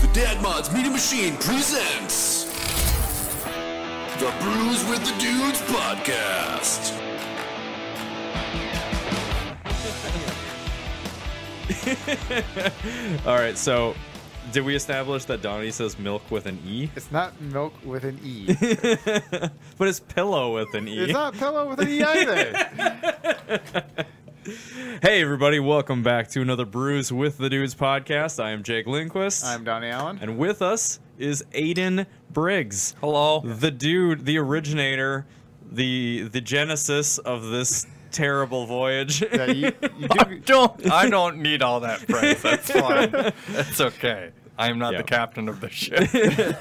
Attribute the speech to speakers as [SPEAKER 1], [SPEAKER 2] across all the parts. [SPEAKER 1] The Dad Mods Media Machine presents the Brews with the Dudes podcast.
[SPEAKER 2] All right, so did we establish that Donnie says milk with an E?
[SPEAKER 3] It's not milk with an E.
[SPEAKER 2] But it's pillow with an E.
[SPEAKER 3] It's not pillow with an E either.
[SPEAKER 2] hey, everybody, welcome back to another Brews with the Dudes podcast. I am Jake Lindquist.
[SPEAKER 3] I'm Donnie Allen.
[SPEAKER 2] and with us is Aiden Briggs. Hello. The dude, the originator, the the genesis of this terrible voyage.
[SPEAKER 3] Yeah, you, you do,
[SPEAKER 4] don't I don't need all that praise. That's fine. That's okay. I am not
[SPEAKER 2] Yeah.
[SPEAKER 4] the captain of the ship.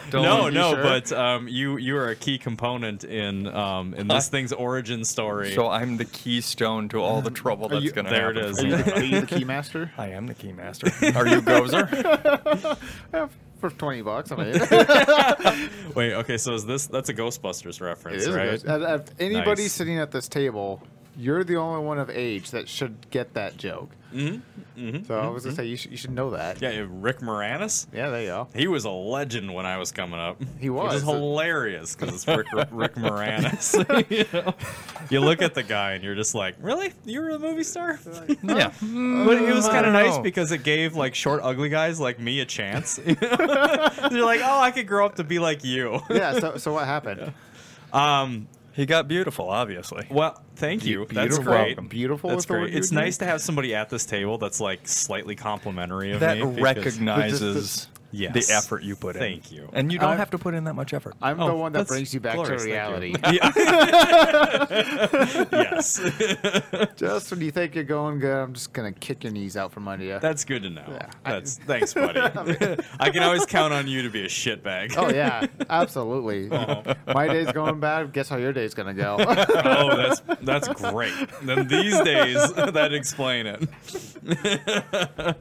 [SPEAKER 4] Don't
[SPEAKER 2] no,
[SPEAKER 4] you
[SPEAKER 2] no,
[SPEAKER 4] sure?
[SPEAKER 2] but um, you you are a key component in um, in this thing's origin story.
[SPEAKER 4] so I'm the keystone to all the trouble that's
[SPEAKER 3] you-
[SPEAKER 4] gonna
[SPEAKER 2] There it
[SPEAKER 4] happen
[SPEAKER 2] is.
[SPEAKER 4] for
[SPEAKER 3] are,
[SPEAKER 4] me.
[SPEAKER 3] you the, are you the key master?
[SPEAKER 4] I am the keymaster. Are you Gozer?
[SPEAKER 3] Yeah, for 20 bucks, I'm in.
[SPEAKER 2] Wait, okay, so is this that's a Ghostbusters reference, right?
[SPEAKER 3] Out of anybody
[SPEAKER 2] Nice.
[SPEAKER 3] sitting at this table, you're the only one of age that should get that joke. Mm-hmm. So I was going to say, you should, you should know that.
[SPEAKER 2] Yeah, Rick Moranis.
[SPEAKER 3] Yeah, there you go.
[SPEAKER 2] He was a legend when I was coming up.
[SPEAKER 3] He
[SPEAKER 2] Which
[SPEAKER 3] was.
[SPEAKER 2] is hilarious because it's Rick, Rick Moranis. you, know? You look at the guy and you're just like, really? You were a movie star?
[SPEAKER 4] yeah.
[SPEAKER 2] but it was
[SPEAKER 3] "Mm,
[SPEAKER 4] I
[SPEAKER 2] kind of
[SPEAKER 4] don't
[SPEAKER 2] nice
[SPEAKER 4] know.
[SPEAKER 2] because it gave like short, ugly guys like me a chance. You're like, oh, I could grow up to be like you.
[SPEAKER 3] Yeah, so, so what happened?
[SPEAKER 2] Um,
[SPEAKER 4] He got beautiful, obviously.
[SPEAKER 2] well, thank you. That's
[SPEAKER 3] Beautiful-
[SPEAKER 2] great.
[SPEAKER 3] Beautiful
[SPEAKER 2] That's
[SPEAKER 3] is the word
[SPEAKER 2] great.
[SPEAKER 3] you
[SPEAKER 2] It's
[SPEAKER 3] would
[SPEAKER 2] nice
[SPEAKER 3] use?
[SPEAKER 2] to have somebody at this table that's like slightly complimentary of
[SPEAKER 4] That
[SPEAKER 2] me. because-
[SPEAKER 4] recognizes
[SPEAKER 2] Yes.
[SPEAKER 4] the effort you put in.
[SPEAKER 2] Thank you.
[SPEAKER 4] And you don't
[SPEAKER 3] I'm-
[SPEAKER 4] have to put in that much effort.
[SPEAKER 3] I'm the
[SPEAKER 2] Oh,
[SPEAKER 3] one that
[SPEAKER 2] that's
[SPEAKER 3] brings you back to
[SPEAKER 2] glorious, thank you.
[SPEAKER 3] reality.
[SPEAKER 2] Yeah. yes.
[SPEAKER 3] just when you think you're going good, I'm just going to kick your knees out from under you.
[SPEAKER 2] That's good to know.
[SPEAKER 3] Yeah.
[SPEAKER 2] That's thanks, buddy. I can always count on you to be a shitbag.
[SPEAKER 3] Oh yeah, absolutely.
[SPEAKER 2] Uh-huh.
[SPEAKER 3] My day's going bad. Guess how your day's gonna go?
[SPEAKER 2] Oh, that's that's great. Then these days, that explain it.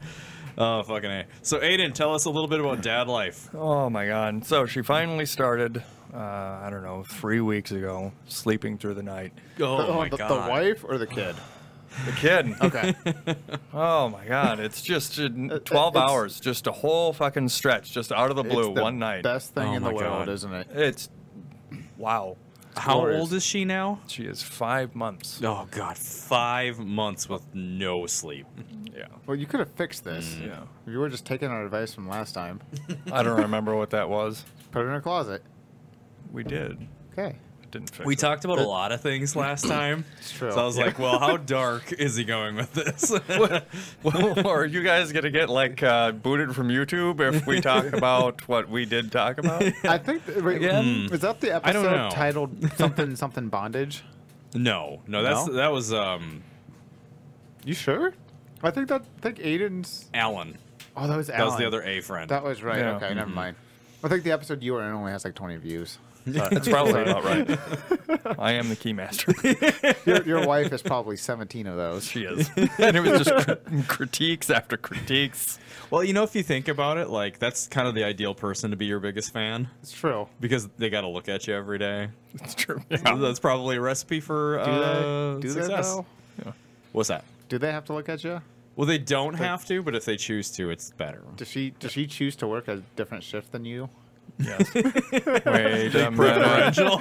[SPEAKER 2] oh fucking a. So Aiden, tell us a little bit about dad life.
[SPEAKER 4] Oh my god. So she finally started, uh, I don't know, three weeks ago, sleeping through the night.
[SPEAKER 2] Oh, my
[SPEAKER 3] the,
[SPEAKER 2] god.
[SPEAKER 3] the wife or the kid?
[SPEAKER 4] The kid.
[SPEAKER 3] Okay.
[SPEAKER 4] Oh my god, it's just uh, n- 12
[SPEAKER 3] it's-
[SPEAKER 4] hours, just a whole fucking stretch, just out of the blue,
[SPEAKER 3] It's the
[SPEAKER 4] one night.
[SPEAKER 3] Best thing
[SPEAKER 2] Oh
[SPEAKER 3] in the
[SPEAKER 2] my
[SPEAKER 3] world,
[SPEAKER 2] God.
[SPEAKER 3] isn't it?
[SPEAKER 4] It's wow.
[SPEAKER 2] How
[SPEAKER 4] Glorious.
[SPEAKER 2] old is she now?
[SPEAKER 4] She is five months.
[SPEAKER 2] Oh god, five months with no sleep.
[SPEAKER 4] Yeah.
[SPEAKER 3] Well, you could have fixed this.
[SPEAKER 2] Mm.
[SPEAKER 4] Yeah.
[SPEAKER 3] You were just taking our advice from last time.
[SPEAKER 4] I don't remember what that was.
[SPEAKER 3] Put it in a closet.
[SPEAKER 4] We did.
[SPEAKER 3] Okay.
[SPEAKER 4] It didn't fix
[SPEAKER 2] We
[SPEAKER 4] it.
[SPEAKER 2] talked about a lot of things last time. It's
[SPEAKER 3] true.
[SPEAKER 2] So I was like, well, how dark is he going with this?
[SPEAKER 4] well, are you guys gonna get like uh, booted from YouTube if we talk about what we did talk about?
[SPEAKER 3] I think th- wait,
[SPEAKER 4] Again?
[SPEAKER 3] was that the
[SPEAKER 2] Mm. I don't know.
[SPEAKER 3] episode titled something something bondage?
[SPEAKER 2] no, no, that's
[SPEAKER 3] No?
[SPEAKER 2] that was um
[SPEAKER 3] You sure? I think that I think Aiden's.
[SPEAKER 2] Alan.
[SPEAKER 3] Oh, that was Alan.
[SPEAKER 2] That was the other Mm-hmm. A friend.
[SPEAKER 3] That was right.
[SPEAKER 4] Yeah.
[SPEAKER 3] Okay, never mind. I think the episode you were in only has like 20 views.
[SPEAKER 4] That's Uh, probably about right. I am the keymaster.
[SPEAKER 3] Your, your wife is probably 17 of those.
[SPEAKER 4] she is, and it was just cri- critiques after critiques.
[SPEAKER 2] Well, you know, if you think about it, like that's kind of the ideal person to be your biggest fan
[SPEAKER 3] It's true.
[SPEAKER 2] because they got to look at you every day.
[SPEAKER 4] It's true.
[SPEAKER 2] That's probably a recipe for
[SPEAKER 3] Do
[SPEAKER 2] uh,
[SPEAKER 3] they? Do they
[SPEAKER 2] success.
[SPEAKER 3] though?
[SPEAKER 2] What's that?
[SPEAKER 3] Do they have to look at you?
[SPEAKER 2] Well, they don't have to, but if they choose to, it's better.
[SPEAKER 3] Does she does she choose to work a different shift than you?
[SPEAKER 4] Yes. Wait a minute.
[SPEAKER 2] Preferential.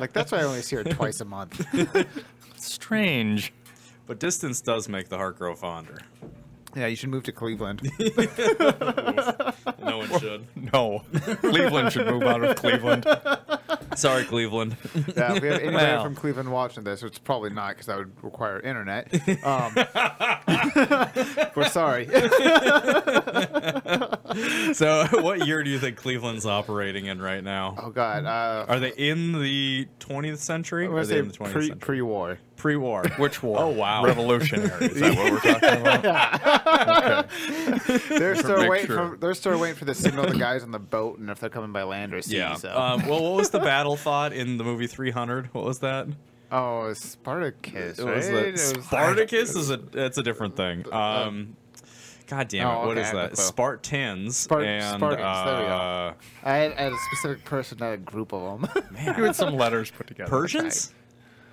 [SPEAKER 3] Like that's why I only see her twice a month.
[SPEAKER 4] Strange.
[SPEAKER 2] but distance does make the heart grow fonder.
[SPEAKER 3] Yeah, you should move to Cleveland.
[SPEAKER 2] No one should.
[SPEAKER 4] No. Cleveland should move out of Cleveland.
[SPEAKER 2] Sorry, Cleveland.
[SPEAKER 3] Yeah, if we have anybody
[SPEAKER 4] Well.
[SPEAKER 3] from Cleveland watching this, which probably not because that would require internet. Um, we're sorry.
[SPEAKER 2] so, what year do you think Cleveland's operating in right now?
[SPEAKER 3] Oh God, uh,
[SPEAKER 2] Are they in the 20th century?
[SPEAKER 3] I'm
[SPEAKER 2] Are
[SPEAKER 3] gonna
[SPEAKER 2] they
[SPEAKER 3] say
[SPEAKER 2] in the 20th
[SPEAKER 3] pre
[SPEAKER 2] century?
[SPEAKER 3] pre war.
[SPEAKER 2] Pre-war.
[SPEAKER 4] Which war?
[SPEAKER 2] Oh, wow.
[SPEAKER 4] Revolutionary. Is that what we're talking about?
[SPEAKER 3] They're still
[SPEAKER 4] make
[SPEAKER 3] waiting
[SPEAKER 4] sure.
[SPEAKER 3] for they're still waiting for the signal the guys on the boat and if they're coming by land or sea.
[SPEAKER 2] Yeah.
[SPEAKER 3] So.
[SPEAKER 2] Um, well, what was the battle thought in the movie 300? What was that?
[SPEAKER 3] oh, Spartacus.
[SPEAKER 2] It was
[SPEAKER 3] right?
[SPEAKER 2] the
[SPEAKER 3] It was- Uh,
[SPEAKER 2] Spartacus is a that's a different thing. Um, God damn it!
[SPEAKER 3] oh,
[SPEAKER 2] what
[SPEAKER 3] okay,
[SPEAKER 2] is
[SPEAKER 3] I have
[SPEAKER 2] that?
[SPEAKER 3] to quote.
[SPEAKER 2] Spartans
[SPEAKER 3] Spart-
[SPEAKER 2] and
[SPEAKER 3] Spartans, there we go.
[SPEAKER 2] uh,
[SPEAKER 3] I had, I had a specific person, not a group of them.
[SPEAKER 4] You had some letters put together.
[SPEAKER 2] Persians.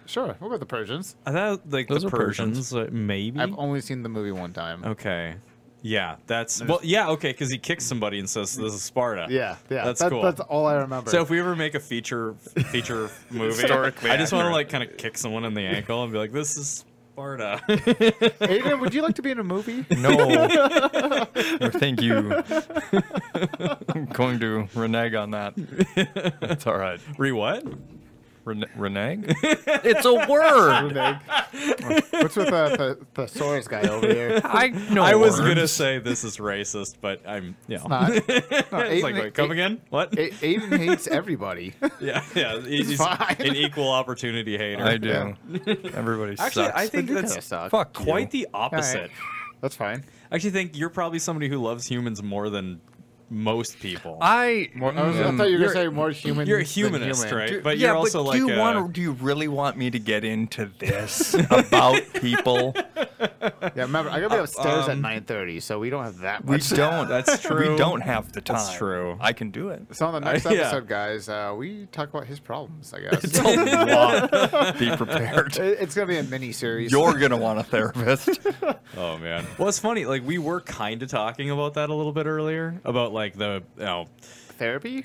[SPEAKER 3] sure, we'll go with the Persians.
[SPEAKER 2] I thought like
[SPEAKER 4] Those
[SPEAKER 2] the
[SPEAKER 4] are Persians.
[SPEAKER 3] Mm-hmm.
[SPEAKER 2] Persians, uh, maybe.
[SPEAKER 3] I've only seen the movie one time.
[SPEAKER 2] okay. Yeah, that's well. Yeah, okay, because he kicks somebody and says, "This is Sparta."
[SPEAKER 3] Yeah, yeah.
[SPEAKER 2] that's
[SPEAKER 3] that-
[SPEAKER 2] cool.
[SPEAKER 3] That's all I remember.
[SPEAKER 2] so if we ever make a feature feature movie,
[SPEAKER 4] Historically
[SPEAKER 2] I just want to
[SPEAKER 4] accurate.
[SPEAKER 2] like kind of kick someone in the ankle and be like, "This is Sparta."
[SPEAKER 3] Aiden, would you like to be in a movie?
[SPEAKER 4] No. no thank you. I'm going to renege on that. It's all right.
[SPEAKER 2] Re what?
[SPEAKER 4] Rene- renege? It's a word.
[SPEAKER 3] Reneg. What's with the the thesaurus guy over here?
[SPEAKER 4] I know.
[SPEAKER 2] I was
[SPEAKER 4] words.
[SPEAKER 2] gonna say this is racist, but I'm you know.
[SPEAKER 3] Not. No,
[SPEAKER 2] It's
[SPEAKER 3] Aiden,
[SPEAKER 2] like, wait, come
[SPEAKER 3] A-
[SPEAKER 2] again? What?
[SPEAKER 3] A- Aiden hates everybody.
[SPEAKER 2] yeah, yeah. He's
[SPEAKER 3] fine.
[SPEAKER 2] an equal opportunity hater.
[SPEAKER 4] I do. Everybody
[SPEAKER 2] Actually,
[SPEAKER 4] sucks.
[SPEAKER 2] I think
[SPEAKER 3] They do
[SPEAKER 2] that's
[SPEAKER 3] kinda suck.
[SPEAKER 2] fuck quite the opposite.
[SPEAKER 3] Alright. That's fine.
[SPEAKER 2] I actually think you're probably somebody who loves humans more than most people.
[SPEAKER 4] I
[SPEAKER 3] More, I, was, I thought you were gonna say more human.
[SPEAKER 2] you're a
[SPEAKER 3] than
[SPEAKER 2] humanist,
[SPEAKER 3] human.
[SPEAKER 2] right?
[SPEAKER 4] Do-
[SPEAKER 2] But
[SPEAKER 4] yeah,
[SPEAKER 2] you're also
[SPEAKER 4] but
[SPEAKER 2] like
[SPEAKER 4] do you
[SPEAKER 2] a-
[SPEAKER 4] want? Do you really want me to get into this about people?
[SPEAKER 3] Yeah, remember, I gotta be upstairs
[SPEAKER 2] um,
[SPEAKER 3] at 9:30, so we don't have that
[SPEAKER 4] We
[SPEAKER 3] much.
[SPEAKER 4] don't.
[SPEAKER 2] That's true.
[SPEAKER 4] We don't have the time.
[SPEAKER 2] That's true.
[SPEAKER 4] I can do it.
[SPEAKER 3] So on the next
[SPEAKER 2] Uh, yeah.
[SPEAKER 3] episode, guys, uh, we talk about his problems. I guess
[SPEAKER 4] It's a lot. Be prepared.
[SPEAKER 3] It- it's gonna be a mini series.
[SPEAKER 4] You're gonna want a therapist.
[SPEAKER 2] oh man. Well, it's funny. Like we were kind of talking about that a little bit earlier about like the you know,
[SPEAKER 3] therapy.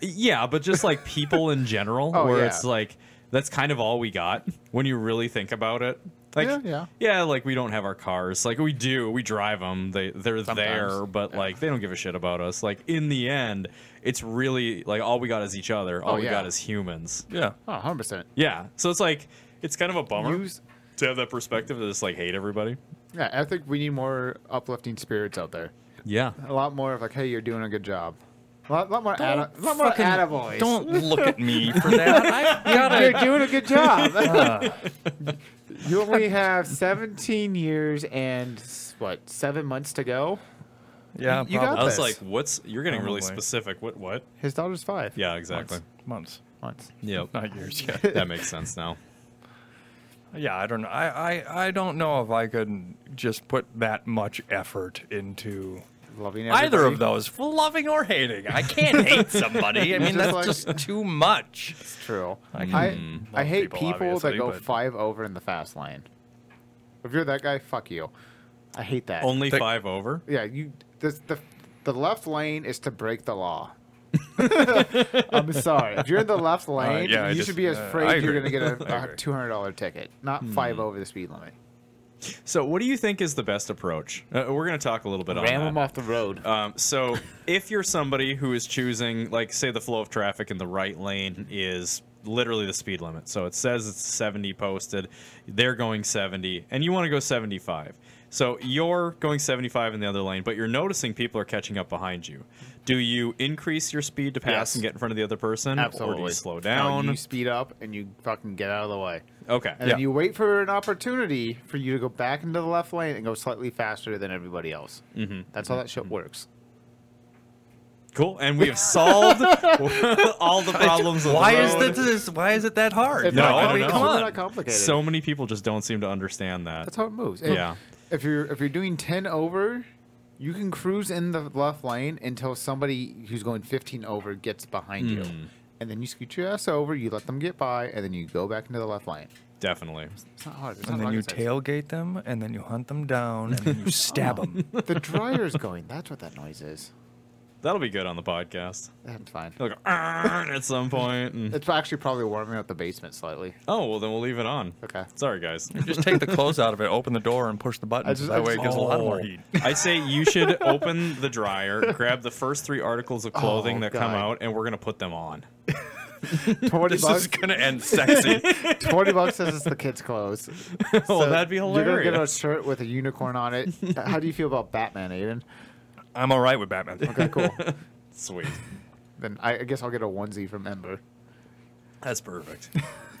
[SPEAKER 2] yeah, but just like people in general,
[SPEAKER 3] Oh,
[SPEAKER 2] where
[SPEAKER 3] yeah.
[SPEAKER 2] it's like that's kind of all we got when you really think about it. Like
[SPEAKER 3] Yeah, yeah.
[SPEAKER 2] like we don't have our cars. Like we do, we drive them. They they're there,
[SPEAKER 3] Sometimes,
[SPEAKER 2] but like they don't give a shit about us. Like in the end, it's really like all we got is each other. All
[SPEAKER 3] Oh,
[SPEAKER 2] we
[SPEAKER 3] yeah.
[SPEAKER 2] got is humans.
[SPEAKER 4] yeah.
[SPEAKER 3] Oh, 100 percent.
[SPEAKER 2] Yeah. So it's like it's kind of a bummer
[SPEAKER 3] Use.
[SPEAKER 2] to have that perspective to just like hate everybody.
[SPEAKER 3] Yeah, I think we need more uplifting spirits out there.
[SPEAKER 2] Yeah.
[SPEAKER 3] A lot more of like, hey, you're doing a good job. A lot, lot more, atta- a lot more
[SPEAKER 4] fucking-
[SPEAKER 3] attaboys.
[SPEAKER 4] Don't look at me for that. I gotta.
[SPEAKER 3] You're doing a good job. you only have 17 years and what, seven months to go?
[SPEAKER 4] Yeah,
[SPEAKER 3] You got
[SPEAKER 2] I was
[SPEAKER 3] this.
[SPEAKER 2] like, what's you're getting really
[SPEAKER 4] Probably.
[SPEAKER 2] specific. What what?
[SPEAKER 3] His daughter's five.
[SPEAKER 2] Yeah, exactly.
[SPEAKER 4] months,
[SPEAKER 3] Months.
[SPEAKER 2] Yep.
[SPEAKER 4] not years yet.
[SPEAKER 2] that makes sense now.
[SPEAKER 4] Yeah, I don't know. I, I, I don't know if I could just put that much effort into
[SPEAKER 3] Loving
[SPEAKER 4] either
[SPEAKER 3] everybody.
[SPEAKER 4] of those, for loving or hating. I can't hate somebody. I mean,
[SPEAKER 3] Just
[SPEAKER 4] that's
[SPEAKER 3] like-
[SPEAKER 4] just too much.
[SPEAKER 3] It's true.
[SPEAKER 4] I can
[SPEAKER 3] I, I
[SPEAKER 4] love
[SPEAKER 3] hate
[SPEAKER 4] people,
[SPEAKER 3] people, that
[SPEAKER 4] obviously,
[SPEAKER 3] go
[SPEAKER 4] but-
[SPEAKER 3] five over in the fast lane. If you're that guy, fuck you. I hate that.
[SPEAKER 2] Only
[SPEAKER 4] Th-
[SPEAKER 2] five over.
[SPEAKER 3] yeah, you. The, the the left lane is to break the law. I'm sorry. If you're in the left lane,
[SPEAKER 4] yeah, I
[SPEAKER 3] you
[SPEAKER 4] just-
[SPEAKER 3] should be
[SPEAKER 4] uh,
[SPEAKER 3] afraid
[SPEAKER 4] I
[SPEAKER 3] you're
[SPEAKER 4] agree.
[SPEAKER 3] going to get
[SPEAKER 4] I
[SPEAKER 3] a, a
[SPEAKER 4] agree.
[SPEAKER 3] $200 ticket, not five over the speed limit.
[SPEAKER 2] So, what do you think is the best approach? Uh, we're going to talk a little bit
[SPEAKER 3] Ram
[SPEAKER 2] on
[SPEAKER 3] them
[SPEAKER 2] that.
[SPEAKER 3] off the road.
[SPEAKER 2] Um, so, if you're somebody who is choosing, like, say, the flow of traffic in the right lane is literally the speed limit. So it says it's 70 posted. They're going 70, and you want to go 75. So you're going 75 in the other lane, but you're noticing people are catching up behind you. Do you increase your speed to pass
[SPEAKER 3] Yes.
[SPEAKER 2] and get in front of the other person, or do you
[SPEAKER 3] Absolutely.
[SPEAKER 2] slow
[SPEAKER 3] No,
[SPEAKER 2] down?
[SPEAKER 3] you speed up and you fucking get out of the way.
[SPEAKER 2] okay.
[SPEAKER 3] And then you wait for an opportunity for you to go back into the left lane and go slightly faster than everybody else. Mm-hmm. That's how that shit works.
[SPEAKER 2] Cool. And we have solved all the problems. of the
[SPEAKER 4] Why is
[SPEAKER 2] road.
[SPEAKER 4] that this? Why is it that hard?
[SPEAKER 3] It's
[SPEAKER 2] No,
[SPEAKER 3] not
[SPEAKER 2] I don't know.
[SPEAKER 3] compli- it's
[SPEAKER 4] come
[SPEAKER 3] really
[SPEAKER 4] on.
[SPEAKER 3] not complicated.
[SPEAKER 2] So many people just don't seem to understand that.
[SPEAKER 3] That's how it moves.
[SPEAKER 2] Yeah.
[SPEAKER 3] If you're if you're doing ten over, you can cruise in the left lane until somebody who's going fifteen over gets behind you, and then you scoot your ass over. You let them get by, and then you go back into the left lane.
[SPEAKER 2] Definitely.
[SPEAKER 3] It's not hard. It's
[SPEAKER 4] And
[SPEAKER 3] not
[SPEAKER 4] then you
[SPEAKER 3] rocket science.
[SPEAKER 4] tailgate them, and then you hunt them down, and then you stab
[SPEAKER 3] Oh.
[SPEAKER 4] them.
[SPEAKER 3] The dryer's going. That's what that noise is.
[SPEAKER 2] That'll be good on the podcast.
[SPEAKER 3] That's fine.
[SPEAKER 2] They'll
[SPEAKER 4] Oh.
[SPEAKER 2] go "Arrgh" at some point. And,
[SPEAKER 3] It's actually probably warming up the basement slightly.
[SPEAKER 2] oh, well, then we'll leave it on.
[SPEAKER 3] Okay.
[SPEAKER 2] Sorry, guys.
[SPEAKER 4] Just take the clothes out of it, open the door, and push the button.
[SPEAKER 3] just- I
[SPEAKER 4] that way, it
[SPEAKER 3] just-
[SPEAKER 4] gets a lot more
[SPEAKER 2] Oh.
[SPEAKER 4] heat.
[SPEAKER 2] I say you should open the dryer, grab the first three articles of clothing
[SPEAKER 3] Oh,
[SPEAKER 2] that come
[SPEAKER 3] God.
[SPEAKER 2] out, and we're going to put them on.
[SPEAKER 3] Twenty
[SPEAKER 4] This
[SPEAKER 3] bucks.
[SPEAKER 4] is gonna end sexy.
[SPEAKER 3] Twenty bucks says it's the kids' clothes.
[SPEAKER 2] Well, Oh, that'd be
[SPEAKER 3] You're gonna get a
[SPEAKER 2] hilarious.
[SPEAKER 3] shirt with a unicorn on it. How do you feel about Batman, Aiden?
[SPEAKER 4] I'm all right with Batman.
[SPEAKER 3] Okay, cool.
[SPEAKER 2] Sweet.
[SPEAKER 3] then I, I guess I'll get a onesie from Ember.
[SPEAKER 2] That's perfect.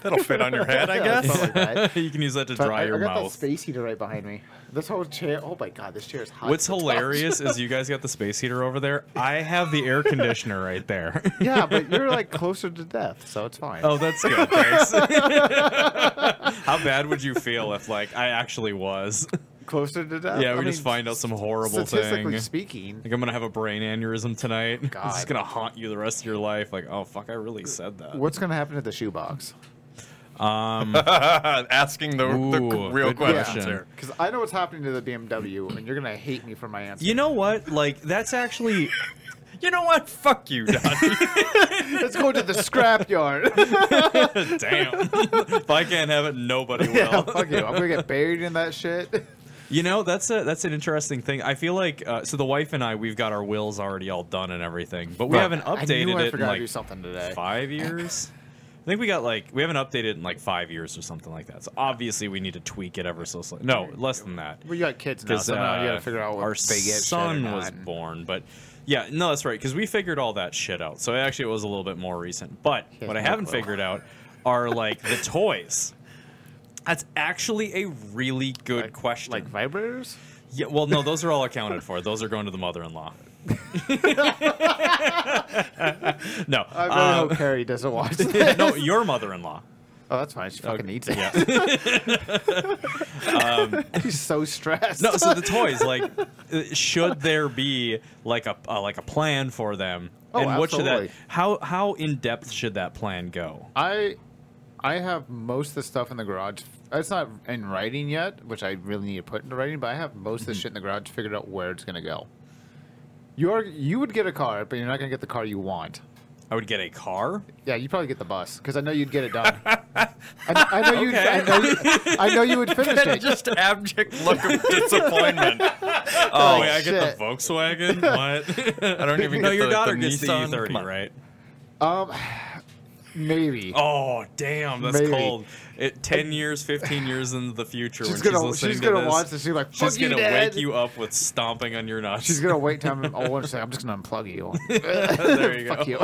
[SPEAKER 4] That'll fit on your head, I
[SPEAKER 3] Something like
[SPEAKER 4] guess.
[SPEAKER 3] that.
[SPEAKER 2] you can use that to
[SPEAKER 3] But
[SPEAKER 2] dry
[SPEAKER 3] I,
[SPEAKER 2] your
[SPEAKER 3] I got
[SPEAKER 2] mouth.
[SPEAKER 3] that space heater right behind me. This whole chair. Oh my god, this chair is hot.
[SPEAKER 2] What's
[SPEAKER 3] as a top.
[SPEAKER 2] hilarious is you guys got the space heater over there. I have the air conditioner right there.
[SPEAKER 3] Yeah, but you're like closer to death, so it's fine.
[SPEAKER 2] Oh, that's good. Thanks. How bad would you feel if, like, I actually was?
[SPEAKER 3] closer to death.
[SPEAKER 2] Yeah,
[SPEAKER 3] I
[SPEAKER 2] we just
[SPEAKER 3] mean,
[SPEAKER 2] find out some horrible thing.
[SPEAKER 3] Statistically
[SPEAKER 2] Like,
[SPEAKER 3] speaking,
[SPEAKER 2] I'm gonna have a brain aneurysm tonight. It's just
[SPEAKER 3] God.
[SPEAKER 2] gonna haunt you the rest of your life. Like, oh fuck, I really said that.
[SPEAKER 3] what's gonna happen to the shoebox?
[SPEAKER 4] Asking the, the
[SPEAKER 2] Ooh,
[SPEAKER 4] real
[SPEAKER 2] good
[SPEAKER 4] questions
[SPEAKER 2] question.
[SPEAKER 4] here.
[SPEAKER 3] Because I know what's happening to the BMW, and you're gonna hate me for my answer.
[SPEAKER 2] You know what? Like that's actually
[SPEAKER 4] You know what? Fuck you, Donnie.
[SPEAKER 3] Let's go to the scrapyard.
[SPEAKER 2] damn. if I can't have it, nobody will.
[SPEAKER 3] yeah, Oh, fuck you. I'm gonna get buried in that shit.
[SPEAKER 2] You know, that's a that's an interesting thing. I feel like uh, so the wife and I we've got our wills already all done and everything, but we
[SPEAKER 3] Fuck.
[SPEAKER 2] haven't
[SPEAKER 3] I
[SPEAKER 2] updated
[SPEAKER 3] knew I
[SPEAKER 2] it in
[SPEAKER 3] forgot to do
[SPEAKER 2] like
[SPEAKER 3] something today.
[SPEAKER 2] five years. I think we got like we haven't updated it in like five years or something like that. So obviously we need to tweak it ever so slightly. No, less than that.
[SPEAKER 3] Well, you got kids now,
[SPEAKER 2] because
[SPEAKER 3] so now
[SPEAKER 2] uh,
[SPEAKER 3] you gotta figure out what
[SPEAKER 2] our
[SPEAKER 3] they get.
[SPEAKER 2] son
[SPEAKER 3] shit or
[SPEAKER 2] was
[SPEAKER 3] not.
[SPEAKER 2] born, but yeah, no, that's right because we figured all that shit out. So actually, it was a little bit more recent. But
[SPEAKER 3] Yeah,
[SPEAKER 2] what I
[SPEAKER 3] no
[SPEAKER 2] haven't
[SPEAKER 3] clue.
[SPEAKER 2] figured out are like the toys. That's actually a really good question.
[SPEAKER 3] Like vibrators?
[SPEAKER 2] yeah, well, no, those are all accounted for. Those are going to the mother-in-law. no,
[SPEAKER 3] I really
[SPEAKER 2] um,
[SPEAKER 3] hope Carrie doesn't watch this.
[SPEAKER 2] no, your mother-in-law.
[SPEAKER 3] Oh, that's fine. She fucking needs it. She's so stressed.
[SPEAKER 2] Um, No, so the toys, like, uh, should there be like a uh, like a plan for them?
[SPEAKER 3] Oh,
[SPEAKER 2] and what should that?
[SPEAKER 3] absolutely.
[SPEAKER 2] How how in depth should that plan go?
[SPEAKER 3] I I have most of the stuff in the garage. It's not in writing yet, which I really need to put into writing, but I have most of
[SPEAKER 2] Mm-hmm.
[SPEAKER 3] the shit in the garage figured out where it's gonna go. You're you would get a car, but you're not gonna get the car you want.
[SPEAKER 2] I would get a car.
[SPEAKER 3] Yeah, you probably get the bus because I know you'd get it done. I, I know you'd. I know, you- I know you would finish
[SPEAKER 4] And
[SPEAKER 3] it.
[SPEAKER 4] just abject look of disappointment. Oh,
[SPEAKER 3] wait,
[SPEAKER 4] I,
[SPEAKER 3] I get the shit.
[SPEAKER 2] Volkswagen. What?
[SPEAKER 4] I don't even
[SPEAKER 2] no,
[SPEAKER 4] get
[SPEAKER 2] your
[SPEAKER 4] the,
[SPEAKER 2] daughter
[SPEAKER 4] the
[SPEAKER 2] gets the
[SPEAKER 4] Nissan. Come
[SPEAKER 2] E30,
[SPEAKER 4] on.
[SPEAKER 2] right?
[SPEAKER 3] Maybe.
[SPEAKER 2] Oh, damn, that's
[SPEAKER 3] Maybe.
[SPEAKER 2] cold. It, Ten years, fifteen years into the future,
[SPEAKER 3] she's
[SPEAKER 2] when
[SPEAKER 3] gonna.
[SPEAKER 2] she's listening
[SPEAKER 3] She's
[SPEAKER 2] to
[SPEAKER 3] gonna
[SPEAKER 2] this,
[SPEAKER 3] watch this. She's like, fuck
[SPEAKER 2] She's
[SPEAKER 3] you,
[SPEAKER 2] gonna
[SPEAKER 3] Dad."
[SPEAKER 2] wake you up with stomping on your nuts.
[SPEAKER 3] She's gonna wait till I'm all one second. I'm just gonna unplug you.
[SPEAKER 2] there you go.
[SPEAKER 3] Fuck you.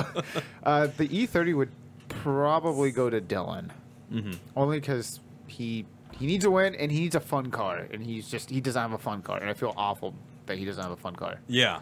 [SPEAKER 3] Uh, the E30 would probably go to Dylan,
[SPEAKER 2] Mm-hmm.
[SPEAKER 3] only because he he needs a win and he needs a fun car, and he's just he doesn't have a fun car, and I feel awful that he doesn't have a fun car.
[SPEAKER 2] Yeah.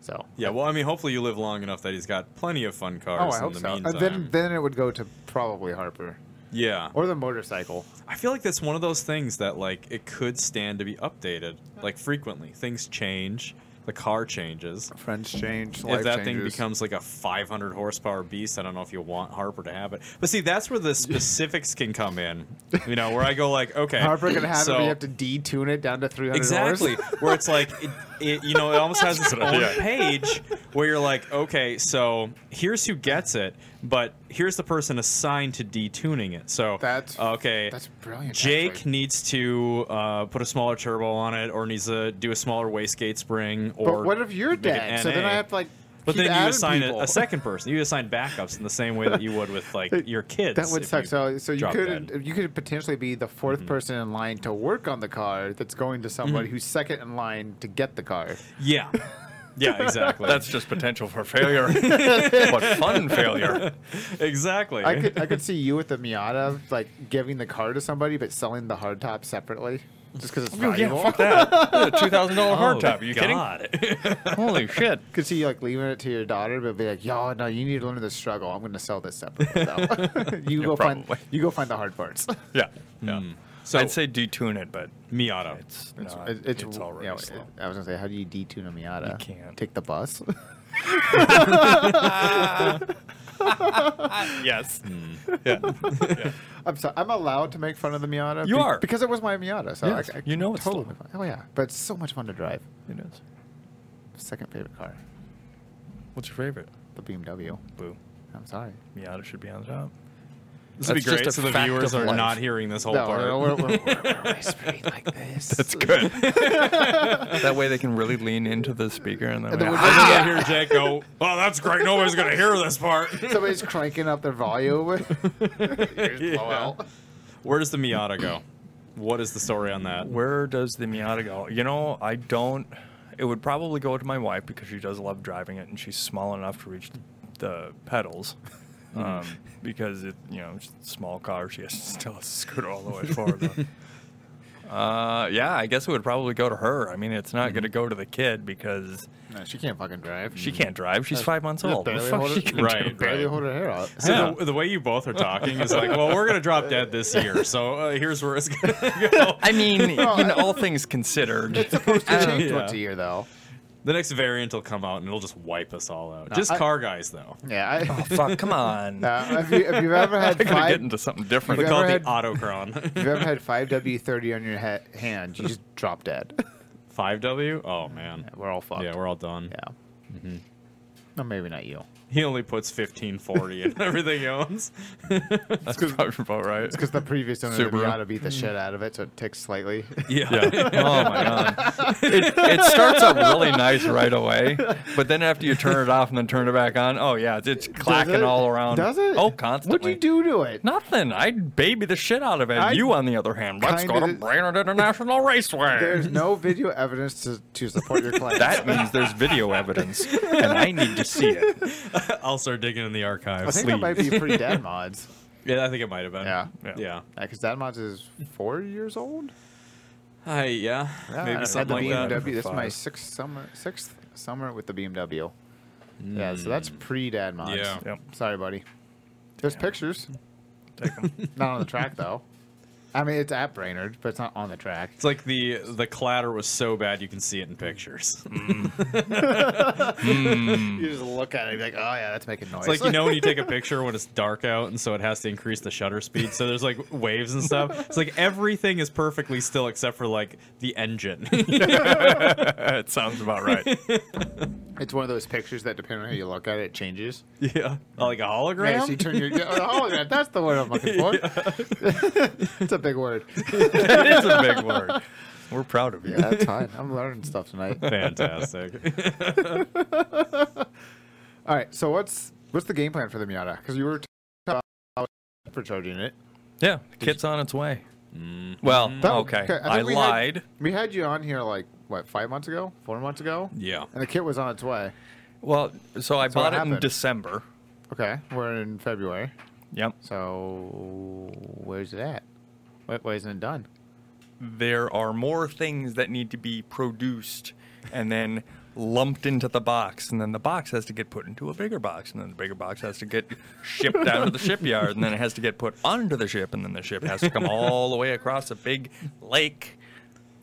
[SPEAKER 3] So
[SPEAKER 2] Yeah, well, I mean, hopefully you live long enough that he's got plenty of fun cars
[SPEAKER 3] oh, I
[SPEAKER 2] in
[SPEAKER 3] hope
[SPEAKER 2] the
[SPEAKER 3] so.
[SPEAKER 2] meantime.
[SPEAKER 3] And then then it would go to probably Harper
[SPEAKER 2] yeah.
[SPEAKER 3] or the motorcycle.
[SPEAKER 2] I feel like that's one of those things that like it could stand to be updated like frequently. Things change, the car changes.
[SPEAKER 3] Friends change.
[SPEAKER 2] if that thing becomes like a 500 horsepower beast, I don't know if you want Harper to have it. But see, that's where the specifics can come in. You know, where I go like, okay,
[SPEAKER 3] Harper can have it,
[SPEAKER 2] so-
[SPEAKER 3] but you have to detune it down to 300
[SPEAKER 2] exactly where it's like it, it, you know it almost has its own
[SPEAKER 4] idea.
[SPEAKER 2] page where you're like okay so here's who gets it but here's the person assigned to detuning it so
[SPEAKER 3] That's-
[SPEAKER 2] okay
[SPEAKER 3] that's brilliant,
[SPEAKER 2] jake
[SPEAKER 3] actually.
[SPEAKER 2] needs to uh, put a smaller turbo on it or needs to do a smaller wastegate spring or
[SPEAKER 3] But what if you're
[SPEAKER 2] make it
[SPEAKER 3] dead? So then
[SPEAKER 2] NA.
[SPEAKER 3] I have to like.
[SPEAKER 2] but
[SPEAKER 3] keep
[SPEAKER 2] then you
[SPEAKER 3] adding
[SPEAKER 2] assign a,
[SPEAKER 3] people.
[SPEAKER 2] a second person. You assign backups in the same way that you would with like your kids.
[SPEAKER 3] That would
[SPEAKER 2] if
[SPEAKER 3] suck.
[SPEAKER 2] you
[SPEAKER 3] So, so you
[SPEAKER 2] drop
[SPEAKER 3] could
[SPEAKER 2] dead. Mm-hmm.
[SPEAKER 3] you could potentially be the 4th person in line to work on the car that's going to somebody who's second in line to get the car.
[SPEAKER 2] yeah, yeah, exactly.
[SPEAKER 4] That's just potential for failure, but fun failure.
[SPEAKER 2] exactly.
[SPEAKER 3] I could I could see you with the Miata like giving the car to somebody but selling the hardtop separately just because it's valuable.
[SPEAKER 4] that. Two thousand dollar hardtop. Are you
[SPEAKER 2] God.
[SPEAKER 4] kidding? Oh, Holy shit!
[SPEAKER 3] Could see you like leaving it to your daughter, but be like, "Yo, no, you need to learn the struggle. I'm going to sell this separately. Though. you go find
[SPEAKER 4] probably.
[SPEAKER 3] you go find the hard parts.
[SPEAKER 4] Yeah, yeah.
[SPEAKER 2] So-
[SPEAKER 4] I'd say detune it, but
[SPEAKER 2] Miata.
[SPEAKER 4] it's
[SPEAKER 3] It's,
[SPEAKER 4] not.
[SPEAKER 3] it-
[SPEAKER 4] it's,
[SPEAKER 3] it's,
[SPEAKER 4] already
[SPEAKER 3] yeah,
[SPEAKER 4] slow.
[SPEAKER 3] I was gonna say, how do you detune a Miata?
[SPEAKER 4] You can't.
[SPEAKER 3] take the bus.
[SPEAKER 4] yes. Yeah. yeah.
[SPEAKER 3] I'm sorry. I'm allowed to make fun of the Miata.
[SPEAKER 4] You are.
[SPEAKER 3] because it was my Miata. So
[SPEAKER 4] Yes,
[SPEAKER 3] I, I
[SPEAKER 4] you know it's
[SPEAKER 3] totally.
[SPEAKER 4] slow.
[SPEAKER 3] make fun- Oh yeah, but it's so much fun to drive.
[SPEAKER 4] It is.
[SPEAKER 3] Second favorite car,
[SPEAKER 4] What's your favorite?
[SPEAKER 3] the BMW.
[SPEAKER 4] Boo.
[SPEAKER 3] I'm sorry.
[SPEAKER 4] Miata should be on the top.
[SPEAKER 2] This would be
[SPEAKER 4] That's just
[SPEAKER 2] great.
[SPEAKER 4] a
[SPEAKER 2] So the
[SPEAKER 4] fact
[SPEAKER 2] viewers
[SPEAKER 4] of
[SPEAKER 2] are
[SPEAKER 4] life.
[SPEAKER 2] not hearing this whole
[SPEAKER 3] No,
[SPEAKER 2] part.
[SPEAKER 3] no, we're, we're, we're, we're whispering like this.
[SPEAKER 4] That's good. that way they can really lean into the speaker and then.
[SPEAKER 3] And then
[SPEAKER 4] we-
[SPEAKER 3] we're
[SPEAKER 2] I
[SPEAKER 3] just-
[SPEAKER 2] think I hear Jake go, "Oh, that's great. Nobody's gonna hear this part."
[SPEAKER 3] Somebody's cranking up their volume. Ears blow out.
[SPEAKER 2] Where does the Miata go? What is the story on that?
[SPEAKER 4] Where does the Miata go? You know, I don't. It would probably go to my wife because she does love driving it, and she's small enough to reach the pedals. Um, because it, you know, it's a small car, she has to still has to scoot all the way forward. though. uh, yeah, I guess it would probably go to her. I mean, it's not going to go to the kid because
[SPEAKER 3] No, she can't fucking drive.
[SPEAKER 4] she can't drive. She's five months
[SPEAKER 3] Just
[SPEAKER 4] old. The
[SPEAKER 3] barely
[SPEAKER 4] fuck
[SPEAKER 3] hold
[SPEAKER 4] she
[SPEAKER 3] it-
[SPEAKER 4] can
[SPEAKER 2] Right,
[SPEAKER 4] do?
[SPEAKER 3] barely hold her hair out.
[SPEAKER 2] So the, the way you both are talking is like, well, we're gonna drop dead this year, so uh, here's where it's gonna go.
[SPEAKER 4] I mean, you know, all things considered.
[SPEAKER 3] Supposed to
[SPEAKER 4] I don't-
[SPEAKER 3] change
[SPEAKER 2] yeah.
[SPEAKER 3] once a year though.
[SPEAKER 2] The next variant will come out and it'll just wipe us all out.
[SPEAKER 3] No,
[SPEAKER 2] just
[SPEAKER 3] I-
[SPEAKER 2] car guys, though.
[SPEAKER 3] Yeah. I,
[SPEAKER 4] Fuck, come on.
[SPEAKER 3] uh, if, you, if you've ever
[SPEAKER 4] Oh, I
[SPEAKER 3] had
[SPEAKER 4] gotta
[SPEAKER 3] five,
[SPEAKER 4] get into something different.
[SPEAKER 2] They
[SPEAKER 3] We've
[SPEAKER 2] call it
[SPEAKER 3] ever
[SPEAKER 2] the
[SPEAKER 3] had-
[SPEAKER 2] autocron.
[SPEAKER 3] if you've ever had five W thirty on your ha- hand, you just drop dead.
[SPEAKER 2] 5W? Oh, man.
[SPEAKER 3] We're all fucked.
[SPEAKER 2] Yeah, we're all done.
[SPEAKER 3] Yeah.
[SPEAKER 4] Mm-hmm.
[SPEAKER 3] No, maybe not you.
[SPEAKER 2] He only puts 1540 in everything he owns.
[SPEAKER 4] That's probably about right.
[SPEAKER 3] Because the previous owner of the
[SPEAKER 4] Subaru.
[SPEAKER 3] Miata beat the shit out of it, so it ticks slightly.
[SPEAKER 2] Yeah.
[SPEAKER 4] Yeah. oh my god. It, it starts up really nice right away, but then after you turn it off and then turn it back on, oh yeah, it's, it's clacking
[SPEAKER 3] it?
[SPEAKER 4] all around.
[SPEAKER 3] Does it?
[SPEAKER 4] Oh, constantly.
[SPEAKER 3] What'd you do to it?
[SPEAKER 4] Nothing. I'd baby the shit out of it.
[SPEAKER 3] I-
[SPEAKER 4] you, on the other hand, let's go
[SPEAKER 3] Kinda
[SPEAKER 4] to
[SPEAKER 3] did-
[SPEAKER 4] Brainerd International Raceway.
[SPEAKER 3] There's no video evidence to, to support your claim.
[SPEAKER 4] That means there's video evidence, and I need to see it.
[SPEAKER 2] I'll start digging in the
[SPEAKER 3] I
[SPEAKER 2] archives.
[SPEAKER 3] think that might be pretty dad mods.
[SPEAKER 2] yeah, I think it might have been.
[SPEAKER 3] Yeah.
[SPEAKER 4] Yeah.
[SPEAKER 2] Yeah.
[SPEAKER 3] Because dad mods is four years old.
[SPEAKER 2] I, yeah.
[SPEAKER 3] Yeah, I
[SPEAKER 2] Maybe
[SPEAKER 3] had the
[SPEAKER 2] something like
[SPEAKER 3] BMW.
[SPEAKER 2] that.
[SPEAKER 3] This is my
[SPEAKER 4] Five.
[SPEAKER 3] sixth summer, sixth summer with the BMW. Yeah, so
[SPEAKER 4] Hmm.
[SPEAKER 3] that's pre dad mods.
[SPEAKER 2] Yeah.
[SPEAKER 4] Yep.
[SPEAKER 3] Sorry, buddy. There's pictures.
[SPEAKER 4] Take 'em.
[SPEAKER 3] Not on the track though. I mean, it's at Brainerd, but it's not on the track.
[SPEAKER 2] It's like the the clatter was so bad you can see it in pictures.
[SPEAKER 3] You just look at it and be like, oh yeah, that's making noise.
[SPEAKER 2] It's like you know when you take a picture when it's dark out and so it has to increase the shutter speed. So there's like waves and stuff. It's like everything is perfectly still except for like the engine.
[SPEAKER 4] it sounds about right.
[SPEAKER 3] it's one of those pictures that, depending on how you look at it, it changes.
[SPEAKER 2] yeah, like a hologram.
[SPEAKER 3] Yeah, so you turn your oh, yeah, that's the word I'm looking for. it's a big word.
[SPEAKER 4] it is a big word. We're proud of you.
[SPEAKER 3] Yeah, that's fine. I'm learning stuff tonight.
[SPEAKER 2] Fantastic.
[SPEAKER 3] All right, so what's what's the game plan for the Miata? Because you were talking about supercharging it.
[SPEAKER 4] Yeah, kit's on its way.
[SPEAKER 3] Mm-hmm.
[SPEAKER 4] Well,
[SPEAKER 3] That-
[SPEAKER 4] okay,
[SPEAKER 3] think
[SPEAKER 4] I
[SPEAKER 3] we had-
[SPEAKER 4] lied.
[SPEAKER 3] we had you on here like what five months ago, four months ago,
[SPEAKER 2] yeah.
[SPEAKER 3] and the kit was on its way.
[SPEAKER 4] Well, so I
[SPEAKER 3] So what
[SPEAKER 4] bought it in
[SPEAKER 3] happened?
[SPEAKER 4] December.
[SPEAKER 3] Okay, we're in February,
[SPEAKER 4] Yep.
[SPEAKER 3] so where's it at? Why, why isn't it done?
[SPEAKER 4] There are more things that need to be produced and then lumped into the box, and then the box has to get put into a bigger box, and then the bigger box has to get shipped out to the shipyard, and then it has to get put onto the ship, and then the ship has to come all the way across a big lake,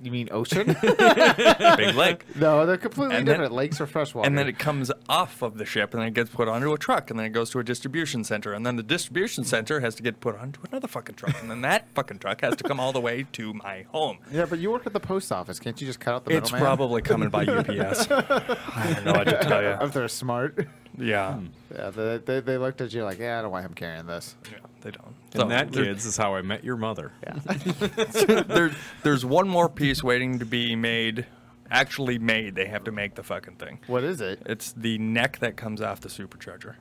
[SPEAKER 3] You mean ocean?
[SPEAKER 4] big lake.
[SPEAKER 3] no, they're completely
[SPEAKER 4] And then-
[SPEAKER 3] different. Lakes are freshwater.
[SPEAKER 4] And then it comes off of the ship, and then it gets put onto a truck, and then it goes to a distribution center, and then the distribution center has to get put onto another fucking truck, and then that fucking truck has to come all the way to my home.
[SPEAKER 3] yeah, but you work at the post office. Can't you just cut out the
[SPEAKER 4] It's
[SPEAKER 3] middleman?
[SPEAKER 4] probably coming by UPS. I don't know what to tell
[SPEAKER 3] if
[SPEAKER 4] you. Hmm.
[SPEAKER 3] they're smart.
[SPEAKER 4] Yeah,
[SPEAKER 3] Yeah, they, they, they looked at you like, yeah, I don't want him carrying this.
[SPEAKER 4] yeah they don't. So
[SPEAKER 2] And that,
[SPEAKER 4] there-
[SPEAKER 2] kids, is how I met your mother.
[SPEAKER 4] there- there's one more piece waiting to be made, actually made. They have to make the fucking thing.
[SPEAKER 3] What is it?
[SPEAKER 4] It's the neck that comes off the supercharger.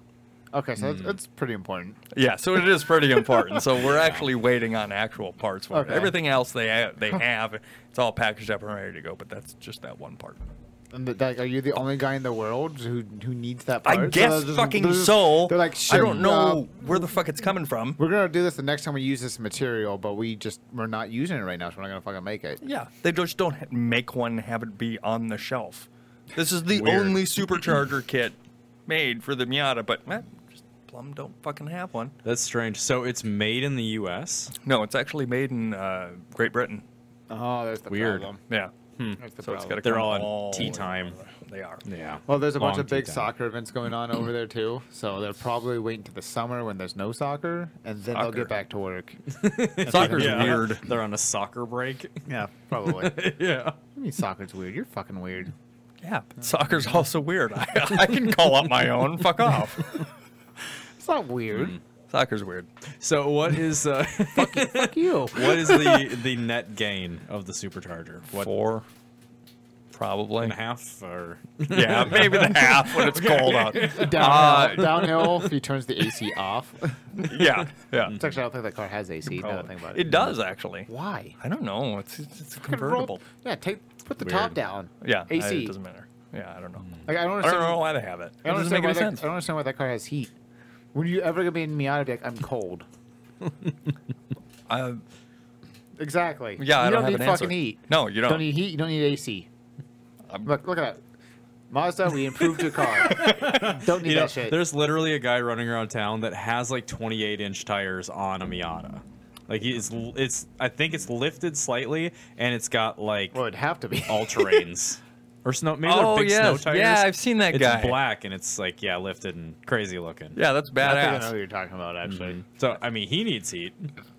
[SPEAKER 3] Okay, so
[SPEAKER 4] Hmm.
[SPEAKER 3] that's, that's pretty important.
[SPEAKER 4] Yeah, so it is pretty important. So we're actually waiting on actual parts for
[SPEAKER 3] Okay.
[SPEAKER 4] it. Everything else they ha- they have, it's all packaged up and ready to go. But that's just that one part.
[SPEAKER 3] And the, like, are you the only guy in the world who who needs that part?
[SPEAKER 4] I
[SPEAKER 3] So
[SPEAKER 4] guess
[SPEAKER 3] they're just-
[SPEAKER 4] fucking
[SPEAKER 3] they're just-
[SPEAKER 4] so.
[SPEAKER 3] They're like,
[SPEAKER 4] I
[SPEAKER 3] shit,
[SPEAKER 4] don't know
[SPEAKER 3] uh,
[SPEAKER 4] where the fuck it's coming from.
[SPEAKER 3] we're gonna do this the next time we use this material, but we just we're not using it right now, so we're not gonna fucking make it.
[SPEAKER 4] Yeah, they just don't ha- make one and have it be on the shelf. This is the
[SPEAKER 2] Weird.
[SPEAKER 4] only supercharger kit made for the Miata, but eh, just plum don't fucking have one.
[SPEAKER 2] That's strange. So it's made in the U.S.
[SPEAKER 4] No, it's actually made in uh, Great Britain.
[SPEAKER 3] Oh, there's the
[SPEAKER 2] Weird.
[SPEAKER 3] problem.
[SPEAKER 4] Yeah,
[SPEAKER 3] That's the
[SPEAKER 4] Hmm. so it's
[SPEAKER 2] Hmm.
[SPEAKER 3] problem.
[SPEAKER 4] got to.
[SPEAKER 2] They're
[SPEAKER 4] come
[SPEAKER 2] all on
[SPEAKER 4] all
[SPEAKER 2] tea
[SPEAKER 4] the way
[SPEAKER 2] time.
[SPEAKER 4] over there. They are.
[SPEAKER 2] Yeah.
[SPEAKER 3] well, there's a bunch
[SPEAKER 2] Long
[SPEAKER 3] of big
[SPEAKER 2] tea time.
[SPEAKER 3] soccer events going on over there too, so they're probably waiting to the summer when there's no soccer, and then they'll
[SPEAKER 4] Soccer.
[SPEAKER 3] get back to work.
[SPEAKER 4] Soccer's
[SPEAKER 2] Yeah.
[SPEAKER 4] weird.
[SPEAKER 2] They're on a soccer break.
[SPEAKER 3] yeah, probably. I
[SPEAKER 2] yeah.
[SPEAKER 3] mean, soccer's weird. You're fucking weird.
[SPEAKER 4] Yeah, but soccer's also weird. I, I can call up my own. Fuck off.
[SPEAKER 3] It's not weird.
[SPEAKER 4] Hmm. Soccer's weird.
[SPEAKER 2] So what is uh,
[SPEAKER 3] Fuck you.
[SPEAKER 2] what is the the net gain of the supercharger? What
[SPEAKER 4] Four, probably.
[SPEAKER 2] and a half or
[SPEAKER 4] Yeah, maybe the half when it's cold out. Uh,
[SPEAKER 3] Downhill, downhill. If he turns the AC off,
[SPEAKER 4] Yeah, yeah.
[SPEAKER 3] it's actually I don't think that car has AC. Now that I think about it.
[SPEAKER 4] It does actually.
[SPEAKER 3] Why?
[SPEAKER 4] I don't know. It's it's, it's a
[SPEAKER 3] Fucking roll-
[SPEAKER 4] convertible.
[SPEAKER 3] Yeah, take put the
[SPEAKER 2] Weird.
[SPEAKER 3] top down.
[SPEAKER 4] Yeah, I-
[SPEAKER 3] AC.
[SPEAKER 4] it doesn't matter. Yeah, I don't know.
[SPEAKER 3] Like I don't
[SPEAKER 4] I
[SPEAKER 3] understand.
[SPEAKER 4] don't know why they have it. It
[SPEAKER 3] I don't understand
[SPEAKER 4] doesn't make
[SPEAKER 3] why
[SPEAKER 4] any
[SPEAKER 3] that,
[SPEAKER 4] sense.
[SPEAKER 3] I don't understand why that car has heat. When are you ever gonna be in Miata? Be like, I'm cold.
[SPEAKER 4] Uh,
[SPEAKER 3] Exactly.
[SPEAKER 4] yeah, I
[SPEAKER 3] you
[SPEAKER 4] don't, have
[SPEAKER 3] need
[SPEAKER 4] an
[SPEAKER 3] fucking
[SPEAKER 4] answer.
[SPEAKER 3] heat.
[SPEAKER 4] No, you don't.
[SPEAKER 3] Don't need heat. You don't need AC. Look, look at that. Mazda, we improved your car. don't need
[SPEAKER 2] You know,
[SPEAKER 3] that shit.
[SPEAKER 2] there's literally a guy running around town that has like 28 inch tires on a Miata. Like it's it's I think it's lifted slightly and it's got like
[SPEAKER 3] Well, it'd have to be.
[SPEAKER 2] all terrains. or snow. Maybe
[SPEAKER 4] Oh,
[SPEAKER 2] they're big snow
[SPEAKER 4] yes.
[SPEAKER 2] tires.
[SPEAKER 4] Yeah, I've seen that
[SPEAKER 2] it's
[SPEAKER 4] guy.
[SPEAKER 2] black and it's like yeah, lifted and crazy looking.
[SPEAKER 4] Yeah, that's
[SPEAKER 3] I think I know
[SPEAKER 4] badass.
[SPEAKER 3] what you're talking about. Actually,
[SPEAKER 2] So I mean, he needs heat.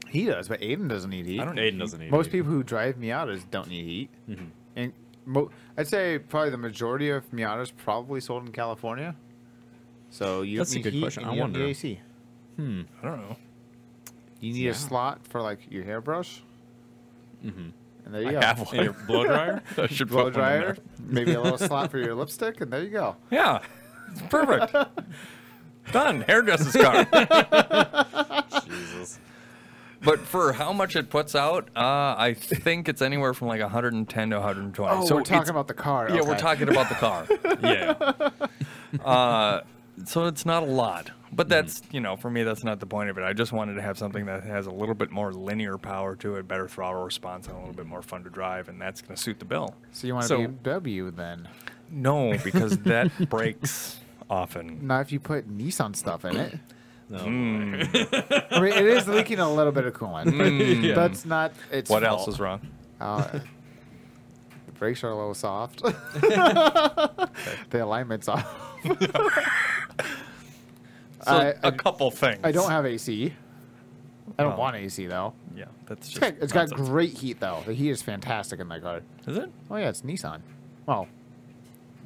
[SPEAKER 3] he does, but Aiden doesn't need heat.
[SPEAKER 4] I don't-
[SPEAKER 2] Aiden doesn't need
[SPEAKER 3] Most
[SPEAKER 2] heat.
[SPEAKER 3] people who drive Miatas don't need heat, and mo- I'd say probably the majority of Miatas probably sold in California. So you
[SPEAKER 2] That's a
[SPEAKER 3] don't need
[SPEAKER 2] good
[SPEAKER 3] heat
[SPEAKER 2] question.
[SPEAKER 3] and
[SPEAKER 2] I
[SPEAKER 3] you don't
[SPEAKER 2] wonder.
[SPEAKER 3] need AC.
[SPEAKER 4] I don't know.
[SPEAKER 3] You need
[SPEAKER 2] Yeah.
[SPEAKER 3] a slot for like your hairbrush. Mm-hmm. And there you go.
[SPEAKER 4] I have
[SPEAKER 2] And
[SPEAKER 4] one.
[SPEAKER 2] your blow dryer.
[SPEAKER 4] I should
[SPEAKER 3] blow
[SPEAKER 4] put one in
[SPEAKER 3] dryer, maybe a little slot for your lipstick, and there you go.
[SPEAKER 4] there. Yeah, it's perfect. Done. Hairdresser's car.
[SPEAKER 2] Jesus.
[SPEAKER 4] but for how much it puts out, uh, I think it's anywhere from like 110 to 120.
[SPEAKER 3] Oh,
[SPEAKER 4] so
[SPEAKER 3] we're
[SPEAKER 4] it's-
[SPEAKER 3] talking about the car.
[SPEAKER 4] Yeah, we're
[SPEAKER 3] okay.
[SPEAKER 4] talking about the car.
[SPEAKER 2] Yeah.
[SPEAKER 4] Uh, so it's not a lot, but that's you know for me that's not the point of it. I just wanted to have something that has a little bit more linear power to it, better throttle response, and a little bit more fun to drive, and that's going to suit the bill.
[SPEAKER 3] So you want a
[SPEAKER 4] So-
[SPEAKER 3] BMW then?
[SPEAKER 4] No, because that breaks often.
[SPEAKER 3] Not if you put Nissan stuff in it.
[SPEAKER 2] No.
[SPEAKER 4] Hmm.
[SPEAKER 3] I mean, it is leaking a little bit of coolant. but That's not. It's
[SPEAKER 4] What else is wrong?
[SPEAKER 3] Uh, the brakes are a little soft. the alignment's off.
[SPEAKER 4] So
[SPEAKER 3] I-
[SPEAKER 4] a couple things.
[SPEAKER 3] I don't have AC. I don't
[SPEAKER 4] No.
[SPEAKER 3] want AC though.
[SPEAKER 4] Yeah, that's
[SPEAKER 3] It's
[SPEAKER 4] just.
[SPEAKER 3] got, it's got
[SPEAKER 4] nonsense.
[SPEAKER 3] great heat though. The heat is fantastic in that car.
[SPEAKER 4] Is it?
[SPEAKER 3] Oh yeah, it's Nissan. Well,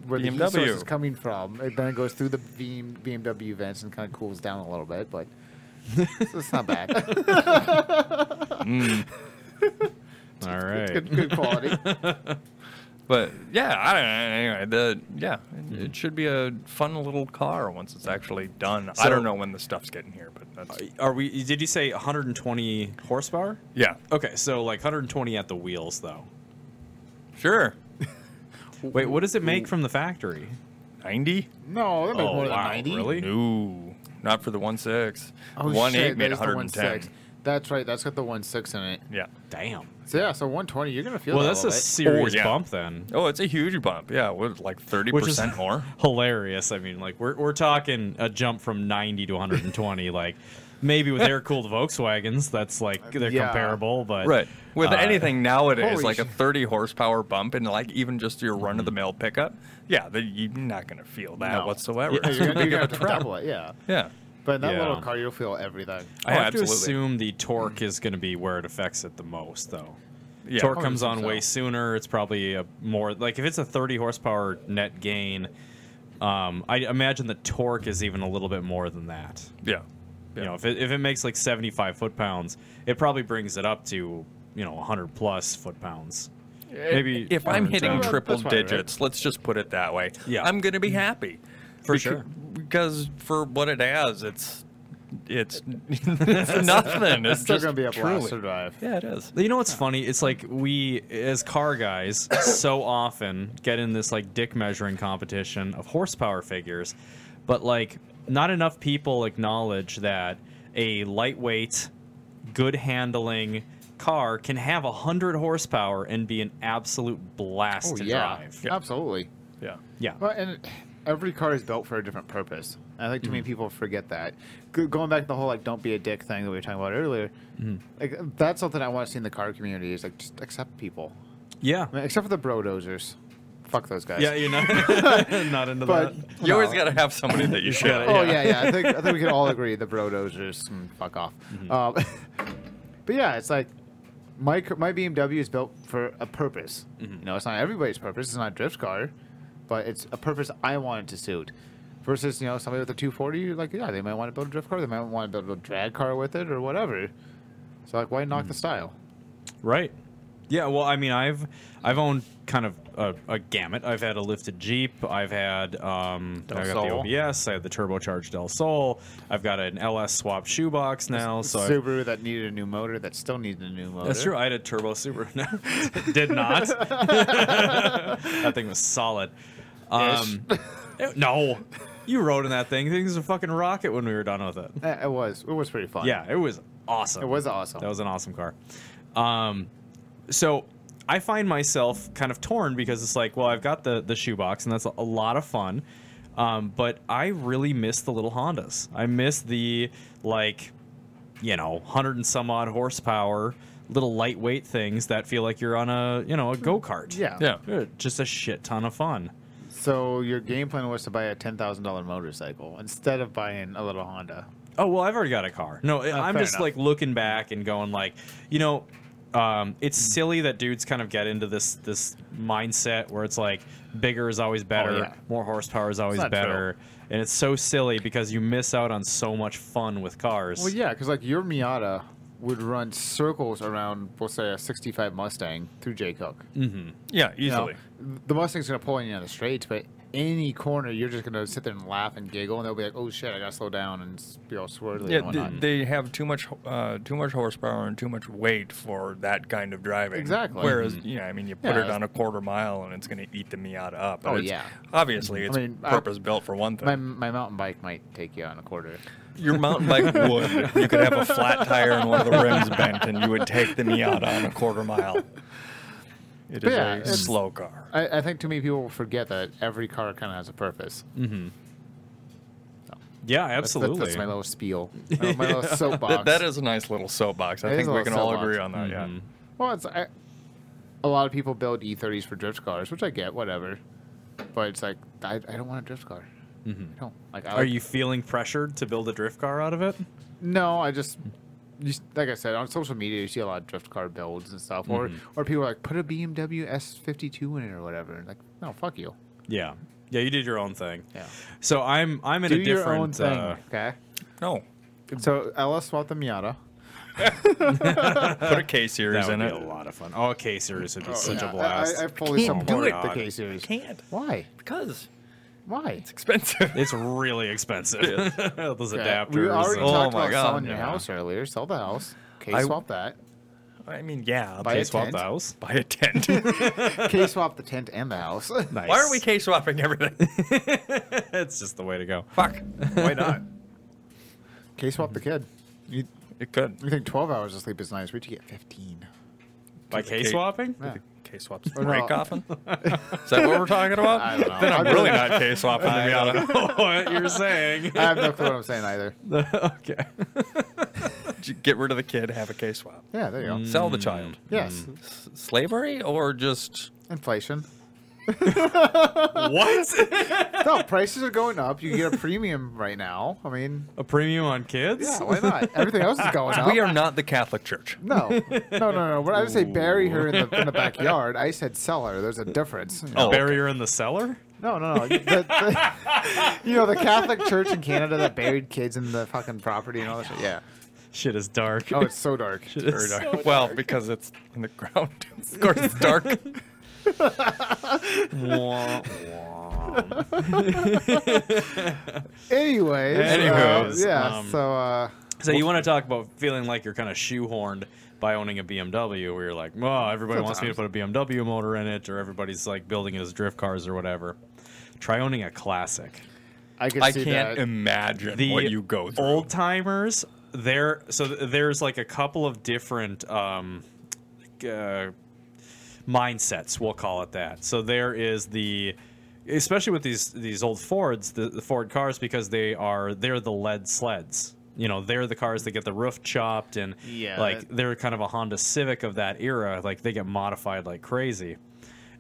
[SPEAKER 3] where the heat source
[SPEAKER 4] BMW.
[SPEAKER 3] is coming from, it then goes through the beam, BMW vents and kind of cools down a little bit, but it's, it's not bad.
[SPEAKER 2] All right.
[SPEAKER 3] it's good, good quality.
[SPEAKER 4] But yeah, I don't know. Anyway, the yeah, it,
[SPEAKER 2] Mm-hmm.
[SPEAKER 4] it should be a fun little car once it's actually done. I
[SPEAKER 2] So-
[SPEAKER 4] don't know when the stuff's getting here, but that's
[SPEAKER 2] Are we? Did you say 120 horsepower?
[SPEAKER 4] yeah,
[SPEAKER 2] Okay, so like 120 at the wheels though.
[SPEAKER 4] sure.
[SPEAKER 2] Wait, what does it make from the factory?
[SPEAKER 4] Ninety?
[SPEAKER 3] No, that makes more than ninety.
[SPEAKER 2] Oh, really?
[SPEAKER 4] No, not for the one six.
[SPEAKER 3] Oh,
[SPEAKER 4] one
[SPEAKER 3] shit,
[SPEAKER 4] eight made
[SPEAKER 3] that is the
[SPEAKER 4] one hundred and ten.
[SPEAKER 3] 1.6. That's right. That's got the one six in it.
[SPEAKER 4] Yeah.
[SPEAKER 2] Damn.
[SPEAKER 3] So yeah, so 120. You're gonna feel.
[SPEAKER 2] Well,
[SPEAKER 3] that
[SPEAKER 2] that's
[SPEAKER 3] a
[SPEAKER 2] a
[SPEAKER 3] little bit.
[SPEAKER 2] serious
[SPEAKER 4] Oh, yeah.
[SPEAKER 2] bump then.
[SPEAKER 4] Oh, it's a huge bump. Yeah, what like thirty
[SPEAKER 2] Which is
[SPEAKER 4] percent more?
[SPEAKER 2] hilarious. I mean, like we're we're talking a jump from 90 to 120 like maybe with air-cooled Volkswagens that's like they're
[SPEAKER 3] Yeah.
[SPEAKER 2] comparable, but
[SPEAKER 4] Right. With
[SPEAKER 2] uh,
[SPEAKER 4] anything nowadays,
[SPEAKER 3] holy
[SPEAKER 4] like a
[SPEAKER 3] shit.
[SPEAKER 4] thirty horsepower bump, and like even just your run of
[SPEAKER 2] Mm-hmm.
[SPEAKER 4] the mill pickup, yeah, the, you're not gonna feel that
[SPEAKER 3] No.
[SPEAKER 4] whatsoever.
[SPEAKER 2] Yeah.
[SPEAKER 4] It's
[SPEAKER 3] You're
[SPEAKER 4] too
[SPEAKER 3] gonna,
[SPEAKER 4] big
[SPEAKER 3] you're gonna
[SPEAKER 4] of
[SPEAKER 3] have to
[SPEAKER 4] a trap.
[SPEAKER 3] double it. Yeah.
[SPEAKER 4] Yeah.
[SPEAKER 3] But in that
[SPEAKER 2] Yeah.
[SPEAKER 3] little car, you'll feel everything.
[SPEAKER 2] I
[SPEAKER 4] Oh,
[SPEAKER 2] have
[SPEAKER 4] absolutely.
[SPEAKER 2] to assume the torque is going to be where it affects it the most though.
[SPEAKER 4] Oh, Yeah.
[SPEAKER 2] torque
[SPEAKER 3] I would
[SPEAKER 2] comes
[SPEAKER 3] assume
[SPEAKER 2] on way
[SPEAKER 3] so.
[SPEAKER 2] sooner. It's probably a more like if it's a 30 horsepower net gain, um, I imagine the torque is even a little bit more than that.
[SPEAKER 4] Yeah. Yeah.
[SPEAKER 2] You know, if it, if it makes like 75 foot pounds, it probably brings it up to you know 100 plus foot pounds. Maybe
[SPEAKER 4] if I'm hitting
[SPEAKER 2] 110.
[SPEAKER 4] triple
[SPEAKER 3] That's fine, right? Mm-hmm.
[SPEAKER 4] digits, let's just put it that way.
[SPEAKER 2] Yeah.
[SPEAKER 4] I'm gonna be happy
[SPEAKER 2] For sure.
[SPEAKER 4] because for what it has, it's it's, it's nothing. It's
[SPEAKER 3] It's still
[SPEAKER 4] just
[SPEAKER 3] gonna be a
[SPEAKER 4] truly-
[SPEAKER 3] blaster drive.
[SPEAKER 4] Yeah, it is.
[SPEAKER 2] You know what's funny? It's like we, as car guys, so often get in this like dick measuring competition of horsepower figures, but like not enough people acknowledge that a lightweight, good handling car can have a hundred horsepower and be an absolute blast
[SPEAKER 3] Oh
[SPEAKER 2] to
[SPEAKER 3] yeah,
[SPEAKER 2] drive.
[SPEAKER 3] absolutely.
[SPEAKER 4] Yeah.
[SPEAKER 2] Yeah.
[SPEAKER 3] Well, and every car is built for a different purpose. I think too many people forget that. Go- Going back to the whole like "don't be a dick" thing that we were talking about earlier, like that's something I want to see in the car community is like just accept people,
[SPEAKER 2] Yeah.
[SPEAKER 3] I mean, except for the bro dozers. Fuck those guys.
[SPEAKER 2] Yeah, you're not, not into
[SPEAKER 3] but
[SPEAKER 2] that.
[SPEAKER 4] You
[SPEAKER 3] no.
[SPEAKER 4] always gotta have somebody that you share.
[SPEAKER 3] Oh yeah, yeah. I think I think we can all agree the Brodozers can fuck off. Um, but yeah, it's like my c- my BMW is built for a purpose. You know, it's not everybody's purpose. It's not a drift car, but it's a purpose I want it to suit. Versus you know somebody with a 240, you're like yeah, they might want to build a drift car, they might want to build a drag car with it or whatever. So like, why knock the style?
[SPEAKER 2] Right. Yeah. Well, I mean, I've I've owned kind of a, a gamut. I've had a lifted Jeep. I've had um,
[SPEAKER 4] Del
[SPEAKER 2] I got
[SPEAKER 4] Sol.
[SPEAKER 2] the OBS. I had the turbocharged Del Sol. I've got an LS swap shoebox now. So I've-
[SPEAKER 3] Subaru that needed a new motor that still needs a new motor.
[SPEAKER 2] that's true. I had a turbo Subaru. No, did not. that thing was solid. Um, it- no, you rode in that thing. Things a fucking rocket when we were done with it.
[SPEAKER 3] Eh, It was it was pretty fun.
[SPEAKER 2] Yeah, it was awesome.
[SPEAKER 3] it was awesome.
[SPEAKER 2] That was an awesome car. Um, so I find myself kind of torn because it's like, well, I've got the the shoebox, and that's a lot of fun. Um, but I really miss the little Hondas. I miss the like, you know, hundred and some odd horsepower little lightweight things that feel like you're on a you know a go kart.
[SPEAKER 3] Oh, Yeah.
[SPEAKER 4] Yeah.
[SPEAKER 2] just a shit ton of fun.
[SPEAKER 3] So your game plan was to buy a ten thousand dollar motorcycle instead of buying a little Honda.
[SPEAKER 2] Oh well, I've already got a car. No, I'm
[SPEAKER 3] Oh, fair
[SPEAKER 2] just
[SPEAKER 3] enough.
[SPEAKER 2] like looking back and going like, you know, um, it's silly that dudes kind of get into this this mindset where it's like bigger is always better,
[SPEAKER 3] Oh, yeah.
[SPEAKER 2] more horsepower is always
[SPEAKER 3] not true.
[SPEAKER 2] better, and it's so silly because you miss out on so much fun with cars.
[SPEAKER 3] Well, yeah, because like your Miata would run circles around, we'll say, a '65 Mustang through Jay Cook.
[SPEAKER 4] Yeah,
[SPEAKER 3] You know,
[SPEAKER 4] easily.
[SPEAKER 3] the Mustang's gonna pull in on the straights, but any corner, you're just gonna sit there and laugh and giggle, and they'll be like, "Oh shit, I gotta slow down and s- be all swirly and
[SPEAKER 4] Yeah,
[SPEAKER 3] whatnot."
[SPEAKER 4] th- they have too much, uh, too much horsepower and too much weight for that kind of driving.
[SPEAKER 3] Exactly. Mm-hmm.
[SPEAKER 4] Whereas, you know, I mean, you put
[SPEAKER 3] Yeah.
[SPEAKER 4] it on a quarter mile and it's going to eat the Miata up.
[SPEAKER 3] Oh,
[SPEAKER 4] It's-
[SPEAKER 3] yeah.
[SPEAKER 4] Obviously, it's
[SPEAKER 3] mean, I-
[SPEAKER 4] purpose built for one thing.
[SPEAKER 3] my my mountain bike might take you on a quarter.
[SPEAKER 4] Your mountain bike would. You could have a flat tire and one of the rims bent, and you would take the Miata on a quarter mile. It is
[SPEAKER 3] Yeah,
[SPEAKER 4] a
[SPEAKER 3] it's-
[SPEAKER 4] slow car.
[SPEAKER 3] I, I think too many people forget that every car kind of has a purpose.
[SPEAKER 2] yeah,
[SPEAKER 3] That's- that's-
[SPEAKER 2] absolutely.
[SPEAKER 3] That's, my little spiel, Uh, my little soapbox.
[SPEAKER 4] That, that is a nice little soapbox. I
[SPEAKER 3] It is
[SPEAKER 4] think
[SPEAKER 3] a
[SPEAKER 4] we
[SPEAKER 3] little
[SPEAKER 4] can all
[SPEAKER 3] soapbox.
[SPEAKER 4] agree on that.
[SPEAKER 2] Mm-hmm.
[SPEAKER 4] Yeah.
[SPEAKER 3] Well, it's I, a lot of people build E30s for drift cars, which I get, whatever. But it's like I, I don't want a drift car. I don't like.
[SPEAKER 2] Mm-hmm.
[SPEAKER 3] I
[SPEAKER 2] Are
[SPEAKER 3] like-
[SPEAKER 2] you feeling pressured to build a drift car out of it?
[SPEAKER 3] No, I just. You, s- like I said, on social media, you see a lot of drift car builds and stuff, or
[SPEAKER 2] Mm-hmm.
[SPEAKER 3] or people are like, put a BMW S52 in it or whatever. And like, no, fuck you.
[SPEAKER 2] Yeah, yeah, you did your own thing.
[SPEAKER 3] Yeah.
[SPEAKER 2] So I'm I'm in
[SPEAKER 3] Do
[SPEAKER 2] a different.
[SPEAKER 3] your own thing,
[SPEAKER 2] uh,
[SPEAKER 3] okay?
[SPEAKER 4] No.
[SPEAKER 3] So Ella swapped the Miata.
[SPEAKER 4] Put a K series
[SPEAKER 2] Uh, that would
[SPEAKER 4] in
[SPEAKER 2] be a
[SPEAKER 4] it.
[SPEAKER 2] lot of fun. Oh, K series would be such
[SPEAKER 3] e Yeah,
[SPEAKER 2] a blast.
[SPEAKER 3] I, I fully
[SPEAKER 4] Can't do
[SPEAKER 3] support
[SPEAKER 2] it.
[SPEAKER 3] the K series.
[SPEAKER 4] Can't
[SPEAKER 3] Why?
[SPEAKER 4] because
[SPEAKER 3] Why?
[SPEAKER 4] it's expensive.
[SPEAKER 2] It's really expensive. Those adapters.
[SPEAKER 3] We already
[SPEAKER 2] and-
[SPEAKER 4] Oh
[SPEAKER 3] talked
[SPEAKER 4] my
[SPEAKER 3] about
[SPEAKER 4] God,
[SPEAKER 3] selling your
[SPEAKER 4] yeah.
[SPEAKER 3] house earlier. Sell the house. K
[SPEAKER 4] I-
[SPEAKER 3] swap that.
[SPEAKER 4] I mean, yeah.
[SPEAKER 3] Buy
[SPEAKER 4] K-
[SPEAKER 2] K
[SPEAKER 3] a
[SPEAKER 2] swap
[SPEAKER 3] tent.
[SPEAKER 2] the house.
[SPEAKER 4] buy a tent. Why
[SPEAKER 3] K swap the tent and the house.
[SPEAKER 2] Nice.
[SPEAKER 4] are we K swapping everything?
[SPEAKER 2] It's just the way to go.
[SPEAKER 4] Fuck. Why not?
[SPEAKER 3] K swap the kid. You,
[SPEAKER 4] It could.
[SPEAKER 3] you think 12 hours of sleep is nice? We should get 15.
[SPEAKER 2] By
[SPEAKER 4] the
[SPEAKER 2] K swapping?
[SPEAKER 3] Yeah.
[SPEAKER 4] K swaps the
[SPEAKER 3] Or not.
[SPEAKER 4] brake often. Is that what we're talking about?
[SPEAKER 3] I don't know.
[SPEAKER 4] Then I'm
[SPEAKER 3] I
[SPEAKER 4] really not K swapping the Miata.
[SPEAKER 2] Oh, what you're saying.
[SPEAKER 3] I have no clue what I'm saying either.
[SPEAKER 2] okay.
[SPEAKER 4] J- Get rid of the kid, have a K swap.
[SPEAKER 3] Yeah, there you go.
[SPEAKER 4] Sell the
[SPEAKER 2] Mm.
[SPEAKER 4] child.
[SPEAKER 3] Yes.
[SPEAKER 4] S- slavery or just
[SPEAKER 3] Inflation.
[SPEAKER 2] What?
[SPEAKER 3] No, prices are going up. You get a premium right now. I mean,
[SPEAKER 2] A premium on kids?
[SPEAKER 3] yeah, why not? Everything else is going up.
[SPEAKER 2] Oh,
[SPEAKER 4] we are not the Catholic Church.
[SPEAKER 3] No, no, no, no. When I didn't say bury her in the, in the backyard, I said sell her. There's a difference. you know?
[SPEAKER 4] Oh.
[SPEAKER 2] Barrier in the cellar?
[SPEAKER 3] No, no, no. The- the- you know, the Catholic Church in Canada that buried kids in the fucking property and all that shit. Yeah.
[SPEAKER 2] Shit is dark.
[SPEAKER 3] Oh, it's so dark.
[SPEAKER 2] Shit
[SPEAKER 4] Very
[SPEAKER 2] is
[SPEAKER 4] dark.
[SPEAKER 2] so dark.
[SPEAKER 4] well, because it's in the ground. of course, it's dark.
[SPEAKER 2] Wah, wah.
[SPEAKER 3] Anyways. uh,
[SPEAKER 2] Anyways,
[SPEAKER 3] yeah.
[SPEAKER 2] um,
[SPEAKER 3] so, uh,
[SPEAKER 2] so you want to talk about feeling like you're kind of shoehorned by owning a BMW where you're like, oh, everybody wants me to put a BMW motor in it or everybody's like building it as drift cars or whatever. Try owning a classic.
[SPEAKER 3] I can
[SPEAKER 4] I
[SPEAKER 3] see
[SPEAKER 4] can't
[SPEAKER 3] that.
[SPEAKER 4] imagine
[SPEAKER 2] the
[SPEAKER 4] what you go through.
[SPEAKER 2] Old timers, there. So th- there's like a couple of different um, uh, mindsets. We'll call it that. So there is the, especially with these these old Fords, the, the Ford cars, because they are they're the lead sleds. You know, they're the cars that get the roof chopped and
[SPEAKER 3] Yeah,
[SPEAKER 2] like
[SPEAKER 3] that-
[SPEAKER 2] they're kind of a Honda Civic of that era. Like they get modified like crazy,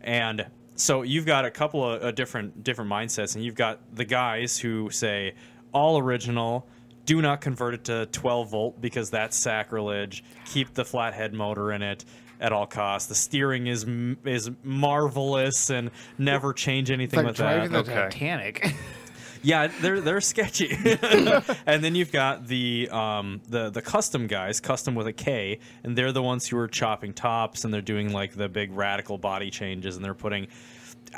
[SPEAKER 2] and so you've got a couple of uh, different different mindsets, and you've got the guys who say all original. Do not convert it to 12 volt because that's sacrilege. Keep the flathead motor in it at all costs. The steering is m- is marvelous and never change
[SPEAKER 3] It's
[SPEAKER 2] anything
[SPEAKER 3] like
[SPEAKER 2] with that.
[SPEAKER 3] driving the
[SPEAKER 4] Okay.
[SPEAKER 3] Titanic.
[SPEAKER 2] Yeah, they're they're sketchy. and then you've got the um the the custom guys, custom with a K, and they're the ones who are chopping tops and they're doing like the big radical body changes and they're putting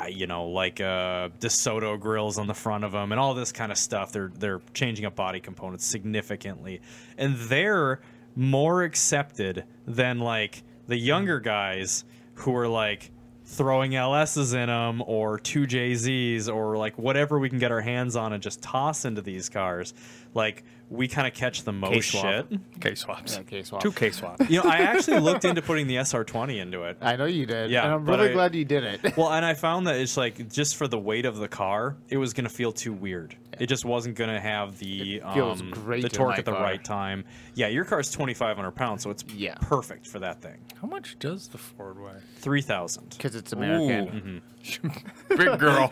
[SPEAKER 2] uh, you know like uh DeSoto grills on the front of them and all this kind of stuff. They're they're changing up body components significantly. And they're more accepted than like the younger guys who are like throwing LSs in them or two JZs or like whatever we can get our hands on and just toss into these cars, like we kind of catch the most shit.
[SPEAKER 3] swap.
[SPEAKER 4] K swaps.
[SPEAKER 3] Yeah, K-swap.
[SPEAKER 4] Two K swap.
[SPEAKER 2] You know, I actually looked into putting the SR20 into it.
[SPEAKER 3] I know you did.
[SPEAKER 2] Yeah,
[SPEAKER 3] and I'm
[SPEAKER 2] but
[SPEAKER 3] really
[SPEAKER 2] I-
[SPEAKER 3] glad you did it.
[SPEAKER 2] Well, and I found that it's like just for the weight of the car, it was gonna feel too weird. It just wasn't gonna have the
[SPEAKER 3] It feels
[SPEAKER 2] um,
[SPEAKER 3] great
[SPEAKER 2] the
[SPEAKER 3] in
[SPEAKER 2] torque
[SPEAKER 3] my
[SPEAKER 2] at the
[SPEAKER 3] car.
[SPEAKER 2] right time. Yeah, your car's twenty five hundred pounds, so it's
[SPEAKER 3] Yeah.
[SPEAKER 2] perfect for that thing.
[SPEAKER 4] How much does the Ford weigh?
[SPEAKER 2] Three thousand.
[SPEAKER 3] Because it's American.
[SPEAKER 2] Mm-hmm.
[SPEAKER 4] Big girl.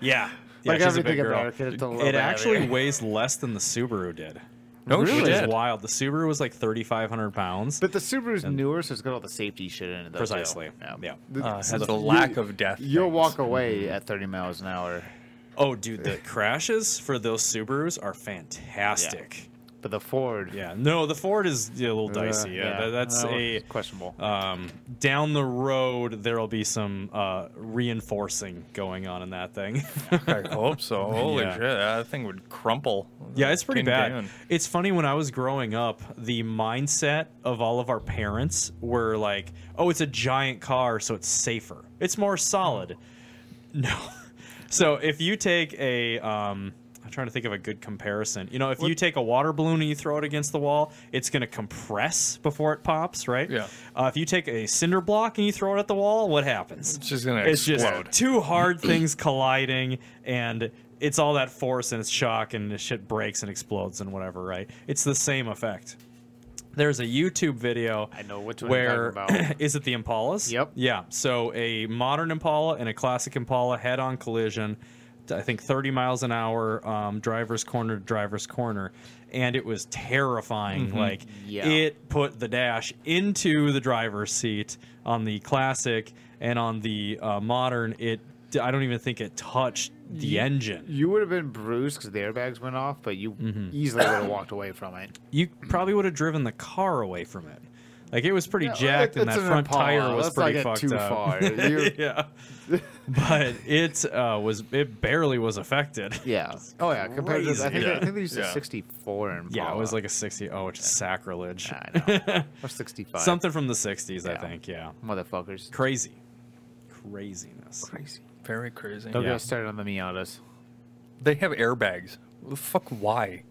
[SPEAKER 2] Yeah, yeah,
[SPEAKER 3] Like
[SPEAKER 2] she's a
[SPEAKER 3] everything
[SPEAKER 2] big girl.
[SPEAKER 3] American, it's a little
[SPEAKER 2] It
[SPEAKER 3] bit
[SPEAKER 2] actually
[SPEAKER 3] heavier.
[SPEAKER 2] weighs less than the Subaru did,
[SPEAKER 4] No
[SPEAKER 3] Really?
[SPEAKER 2] which is
[SPEAKER 4] shit.
[SPEAKER 2] wild. The Subaru was like thirty five hundred pounds.
[SPEAKER 3] But the Subaru's newer, so it's got all the safety shit in it. Though, too.
[SPEAKER 2] Precisely. Yeah.
[SPEAKER 3] The-
[SPEAKER 4] Uh,
[SPEAKER 3] so
[SPEAKER 4] has
[SPEAKER 3] the-
[SPEAKER 4] the lack of death.
[SPEAKER 3] You'll
[SPEAKER 4] things.
[SPEAKER 3] walk away
[SPEAKER 2] Mm-hmm.
[SPEAKER 3] at 30 miles an hour,
[SPEAKER 2] oh, dude, the crashes for those Subarus are fantastic.
[SPEAKER 3] but the Ford. uh,
[SPEAKER 2] Yeah, no, the Ford is yeah, a little dicey. Yeah, that- that's
[SPEAKER 3] that was
[SPEAKER 2] a
[SPEAKER 3] questionable.
[SPEAKER 2] um, down the road there'll be some uh, reinforcing going on in that thing.
[SPEAKER 4] I hope so. Holy
[SPEAKER 2] Yeah.
[SPEAKER 4] shit, that thing would crumple.
[SPEAKER 2] yeah, it's pretty
[SPEAKER 4] Pin
[SPEAKER 2] bad.
[SPEAKER 4] down.
[SPEAKER 2] It's funny when I was growing up, the mindset of all of our parents were like, "Oh, it's a giant car, so it's safer. It's more solid." No. So if you take a um I'm trying to think of a good comparison. You know, if you take a water balloon and you throw it against the wall, it's going to compress before it pops, right?
[SPEAKER 4] Yeah.
[SPEAKER 2] Uh, if you take a cinder block and you throw it at the wall, what happens?
[SPEAKER 4] It's just gonna
[SPEAKER 2] it's
[SPEAKER 4] explode.
[SPEAKER 2] just two hard things colliding and it's all that force and it's shock and the shit breaks and explodes and whatever right it's the same effect there's a youtube video
[SPEAKER 3] I know which one you're
[SPEAKER 2] where
[SPEAKER 3] talking about.
[SPEAKER 2] is it the impalas
[SPEAKER 3] Yep.
[SPEAKER 2] yeah so a modern impala and a classic impala head-on collision i think 30 miles an hour um, driver's corner to driver's corner and it was terrifying like
[SPEAKER 3] Mm-hmm. Yeah.
[SPEAKER 2] it it put the dash into the driver's seat on the classic and on the uh, modern it i don't even think it touched the engine
[SPEAKER 3] You would have been bruised because the airbags went off, but you
[SPEAKER 2] Mm-hmm.
[SPEAKER 3] easily would have walked away from it.
[SPEAKER 2] you probably would have driven the car away from it like it was pretty
[SPEAKER 3] Yeah,
[SPEAKER 2] jacked and
[SPEAKER 3] that's
[SPEAKER 2] that
[SPEAKER 3] an
[SPEAKER 2] front
[SPEAKER 3] Impala.
[SPEAKER 2] tire was
[SPEAKER 3] Let's not
[SPEAKER 2] pretty
[SPEAKER 3] get
[SPEAKER 2] fucked
[SPEAKER 3] too
[SPEAKER 2] up
[SPEAKER 3] far. You-
[SPEAKER 2] yeah but it uh, was it barely was affected
[SPEAKER 3] yeah. Oh yeah. Compared to, I think,
[SPEAKER 2] Crazy.
[SPEAKER 3] I think they used a
[SPEAKER 4] Yeah.
[SPEAKER 3] 64 Impala.
[SPEAKER 2] yeah it was like a 60 oh which is sacrilege
[SPEAKER 3] I know. Or 65.
[SPEAKER 2] something from the 60s i
[SPEAKER 3] Yeah.
[SPEAKER 2] think yeah
[SPEAKER 3] Motherfuckers.
[SPEAKER 2] crazy craziness
[SPEAKER 3] Crazy.
[SPEAKER 4] Very crazy.
[SPEAKER 3] Don't
[SPEAKER 2] Yeah.
[SPEAKER 3] get us started on the Miatas.
[SPEAKER 4] They have airbags. The fuck? Why?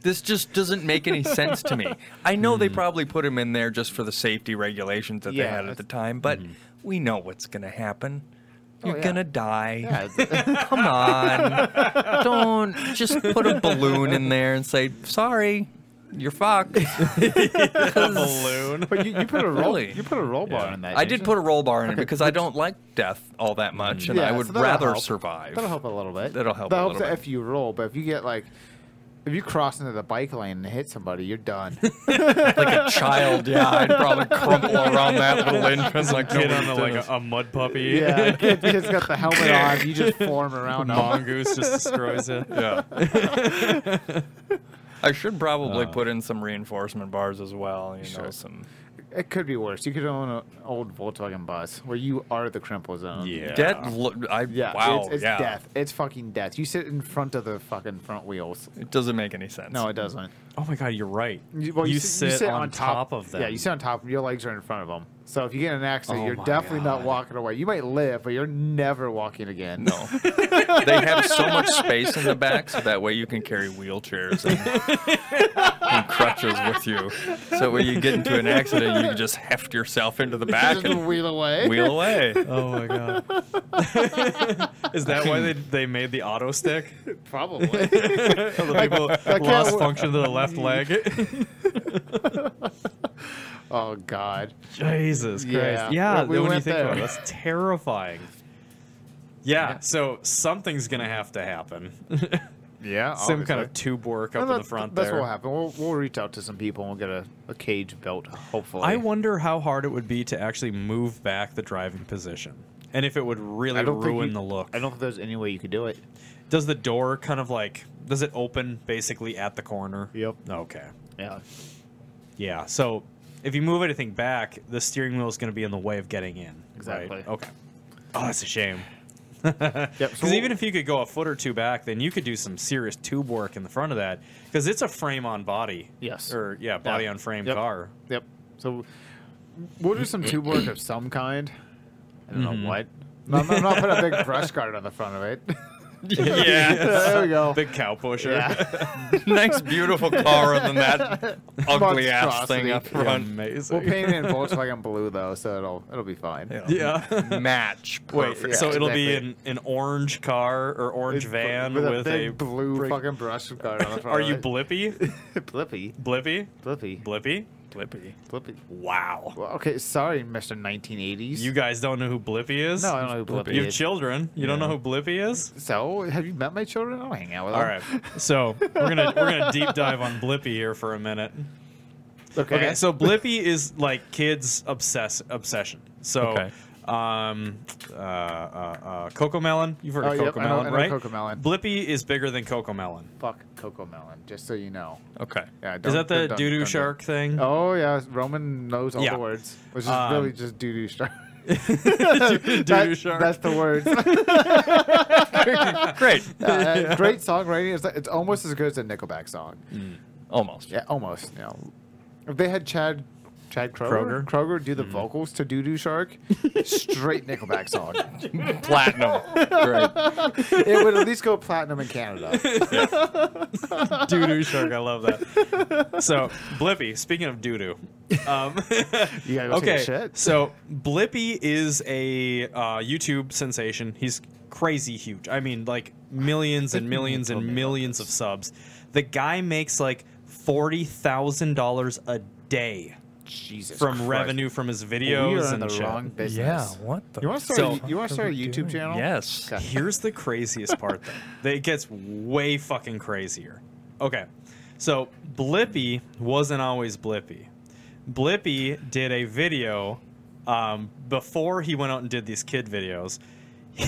[SPEAKER 4] This just doesn't make any sense to me. I know they probably put them in there just for the safety regulations that
[SPEAKER 3] Hmm.
[SPEAKER 4] they
[SPEAKER 3] Yeah, Hmm.
[SPEAKER 4] had
[SPEAKER 3] that's-
[SPEAKER 4] at the time, but we know what's gonna happen.
[SPEAKER 3] Oh,
[SPEAKER 4] You're
[SPEAKER 3] yeah.
[SPEAKER 4] gonna die.
[SPEAKER 3] Yeah, it's-
[SPEAKER 4] Come on. Don't just put a balloon in there and say, sorry, you're fucked.
[SPEAKER 2] balloon
[SPEAKER 3] but you, you put a roll.
[SPEAKER 4] Really?
[SPEAKER 3] You put a roll bar in that.
[SPEAKER 4] I
[SPEAKER 3] didn't
[SPEAKER 4] did
[SPEAKER 3] you?
[SPEAKER 4] put a roll bar in it because I don't like death all that much, and
[SPEAKER 3] Yeah,
[SPEAKER 4] I
[SPEAKER 3] so
[SPEAKER 4] would
[SPEAKER 3] that'll
[SPEAKER 4] rather
[SPEAKER 3] help.
[SPEAKER 4] survive.
[SPEAKER 3] That'll help a little bit.
[SPEAKER 4] That'll help
[SPEAKER 3] That
[SPEAKER 4] a
[SPEAKER 3] helps
[SPEAKER 4] little bit.
[SPEAKER 3] if you roll, but if you get like, if you cross into the bike lane and hit somebody, you're done.
[SPEAKER 4] Like a child, yeah, I'd probably crumple around that little entrance like
[SPEAKER 2] kid
[SPEAKER 4] nobody's
[SPEAKER 2] on the,
[SPEAKER 4] doing
[SPEAKER 2] like
[SPEAKER 4] this.
[SPEAKER 2] a, a mud puppy
[SPEAKER 3] yeah, kid, kid's got the helmet on. You just form around him.
[SPEAKER 2] mongoose just destroys it.
[SPEAKER 4] Yeah. I should probably
[SPEAKER 2] Uh,
[SPEAKER 4] put in some reinforcement bars as well. You know,
[SPEAKER 3] should.
[SPEAKER 4] some
[SPEAKER 3] It could be worse. You could own an old Volkswagen bus where you are the crumple zone.
[SPEAKER 2] Yeah.
[SPEAKER 4] dead. Lo- I
[SPEAKER 3] Yeah,
[SPEAKER 4] wow.
[SPEAKER 3] it's, it's
[SPEAKER 4] yeah,
[SPEAKER 3] death. It's fucking death. You sit in front of the fucking front wheels.
[SPEAKER 4] it doesn't make any sense.
[SPEAKER 3] No, it doesn't.
[SPEAKER 2] Oh my god, you're right.
[SPEAKER 3] You, well,
[SPEAKER 2] you,
[SPEAKER 3] you, sit,
[SPEAKER 2] sit,
[SPEAKER 3] you
[SPEAKER 2] on, top, of them.
[SPEAKER 3] Yeah, you sit on top. Your legs are in front of them. So if you get in an accident,
[SPEAKER 2] Oh
[SPEAKER 3] you're
[SPEAKER 2] my
[SPEAKER 3] definitely not
[SPEAKER 2] God.
[SPEAKER 3] walking away. You might live, but you're never walking again.
[SPEAKER 4] No. they have so much space in the back, so that way you can carry wheelchairs and, and crutches with you. So when you get into an accident, you can just heft yourself into the back
[SPEAKER 3] Just
[SPEAKER 4] and
[SPEAKER 3] wheel away.
[SPEAKER 4] wheel away.
[SPEAKER 2] Oh my god. Is that why they, they made the auto stick?
[SPEAKER 3] Probably.
[SPEAKER 2] The people lost
[SPEAKER 3] wa-
[SPEAKER 2] function to the left leg.
[SPEAKER 3] oh God.
[SPEAKER 2] Jesus Christ. Yeah,
[SPEAKER 3] Yeah. We- we
[SPEAKER 2] when you
[SPEAKER 3] went
[SPEAKER 2] think about it,
[SPEAKER 3] there.
[SPEAKER 2] that's terrifying. Yeah, so something's gonna have to happen.
[SPEAKER 3] Yeah.
[SPEAKER 2] Some kind of tube work up in the front
[SPEAKER 3] That's
[SPEAKER 2] there.
[SPEAKER 3] what happened. We'll, we'll reach out to some people and we'll get a, a cage built. Hopefully.
[SPEAKER 2] I wonder how hard it would be to actually move back the driving position, and if it would really
[SPEAKER 3] I don't think
[SPEAKER 2] ruin
[SPEAKER 3] you-
[SPEAKER 2] the look.
[SPEAKER 3] I don't think there's any way you could do it.
[SPEAKER 2] Does the door kind of like does it open basically at the corner?
[SPEAKER 3] Yep.
[SPEAKER 2] Okay.
[SPEAKER 3] Yeah.
[SPEAKER 2] Yeah. So if you move anything back, the steering wheel is going to be in the way of getting in. right?
[SPEAKER 3] Exactly.
[SPEAKER 2] Okay. Oh, that's a shame.
[SPEAKER 3] Yep.
[SPEAKER 2] Because even if you could go a foot or two back, then you could do some serious tube work in the front of that. Because it's a frame on body.
[SPEAKER 3] Yes.
[SPEAKER 2] Or yeah, body on frame
[SPEAKER 3] Yep.
[SPEAKER 2] car.
[SPEAKER 3] Yep. So we'll do some tube work of some kind.
[SPEAKER 5] I don't
[SPEAKER 2] Mm-hmm.
[SPEAKER 5] know what.
[SPEAKER 3] No, I'm, I'm not putting a big brush guard on the front of it.
[SPEAKER 4] Yeah.
[SPEAKER 3] there we go.
[SPEAKER 2] Big cow pusher.
[SPEAKER 4] nice, beautiful car, and then that ugly ass thing
[SPEAKER 3] Monstrosity.
[SPEAKER 4] up front.
[SPEAKER 2] Amazing.
[SPEAKER 3] We'll paint it in Volkswagen blue though, so it'll it'll be fine.
[SPEAKER 2] yeah.
[SPEAKER 4] Match.
[SPEAKER 2] Wait,
[SPEAKER 4] Perfect.
[SPEAKER 2] so it'll be an,
[SPEAKER 3] exactly.
[SPEAKER 2] an orange car or orange
[SPEAKER 3] It's bl-
[SPEAKER 2] van
[SPEAKER 3] with, a, big
[SPEAKER 2] a.
[SPEAKER 3] blue
[SPEAKER 2] brick-
[SPEAKER 3] fucking brush guard on the front.
[SPEAKER 2] Are
[SPEAKER 3] of
[SPEAKER 2] you
[SPEAKER 3] it.
[SPEAKER 2] Blippy?
[SPEAKER 3] blippy?
[SPEAKER 2] Blippy?
[SPEAKER 3] Blippy.
[SPEAKER 2] Blippy?
[SPEAKER 4] Flippy.
[SPEAKER 3] Blippy.
[SPEAKER 2] Wow.
[SPEAKER 3] Well, okay, sorry, Mr. 1980s.
[SPEAKER 2] You guys don't know who Blippy is?
[SPEAKER 3] no, I don't know who Blippy
[SPEAKER 2] You have
[SPEAKER 3] is.
[SPEAKER 2] children. You don't know who Blippy is?
[SPEAKER 3] so, have you met my children? I don't hang out with
[SPEAKER 2] All
[SPEAKER 3] them.
[SPEAKER 2] right. So we're gonna we're gonna deep dive on Blippy here for a minute.
[SPEAKER 3] Okay.
[SPEAKER 2] Okay. So Blippy is like kids' obsess obsession. So.
[SPEAKER 4] Okay.
[SPEAKER 2] Um, uh, uh, uh, Coco Melon. You've heard
[SPEAKER 3] Oh,
[SPEAKER 2] of
[SPEAKER 3] yep,
[SPEAKER 2] Coco
[SPEAKER 3] I know-
[SPEAKER 2] Melon,
[SPEAKER 3] I know
[SPEAKER 2] right?
[SPEAKER 3] Coco Melon.
[SPEAKER 2] Blippy is bigger than Coco Melon.
[SPEAKER 3] fuck Coco Melon, just so you know.
[SPEAKER 4] Okay.
[SPEAKER 3] Yeah,
[SPEAKER 2] Is that the
[SPEAKER 3] doo
[SPEAKER 2] doo doo shark thing?
[SPEAKER 3] Oh yeah, Roman knows all
[SPEAKER 2] Yeah.
[SPEAKER 3] the words, which is
[SPEAKER 2] Um,
[SPEAKER 3] really just doo doo shark.
[SPEAKER 2] doo doo
[SPEAKER 3] That-
[SPEAKER 2] shark.
[SPEAKER 3] That's the words. Uh,
[SPEAKER 4] Great.
[SPEAKER 3] uh, Great songwriting. It's, like, it's almost as good as a Nickelback song.
[SPEAKER 2] Mm.
[SPEAKER 4] Almost.
[SPEAKER 3] Yeah, almost. You know. if they had Chad, Chad Kroger,
[SPEAKER 2] Kroger? Mm-hmm.
[SPEAKER 3] do the vocals to Doo Doo Shark, straight Nickelback song.
[SPEAKER 4] Platinum. Great.
[SPEAKER 3] It would at least go platinum in Canada.
[SPEAKER 2] Doo doo shark. I love that. So Blippy. Speaking of doo doo. Um,
[SPEAKER 3] You gotta go take a
[SPEAKER 2] okay.
[SPEAKER 3] shit.
[SPEAKER 2] So Blippy is a uh, YouTube sensation. He's crazy huge. I mean, like millions and millions and millions of subs. The guy makes like forty thousand dollars a day
[SPEAKER 3] Jesus.
[SPEAKER 2] from
[SPEAKER 3] Christ.
[SPEAKER 2] revenue from his
[SPEAKER 3] We
[SPEAKER 2] videos
[SPEAKER 3] are in
[SPEAKER 2] and
[SPEAKER 3] the
[SPEAKER 2] shit.
[SPEAKER 3] wrong business.
[SPEAKER 4] Yeah. What the?
[SPEAKER 3] You want to
[SPEAKER 4] fuck
[SPEAKER 3] start?
[SPEAKER 2] So-
[SPEAKER 3] a, you want to
[SPEAKER 4] are
[SPEAKER 3] start a
[SPEAKER 4] we
[SPEAKER 3] YouTube
[SPEAKER 4] doing?
[SPEAKER 3] channel?
[SPEAKER 4] Yes.
[SPEAKER 3] Okay.
[SPEAKER 2] Here's the craziest part, though. That It gets way fucking crazier. Okay, so Blippy wasn't always Blippy. Blippy did a video um, before he went out and did these kid videos.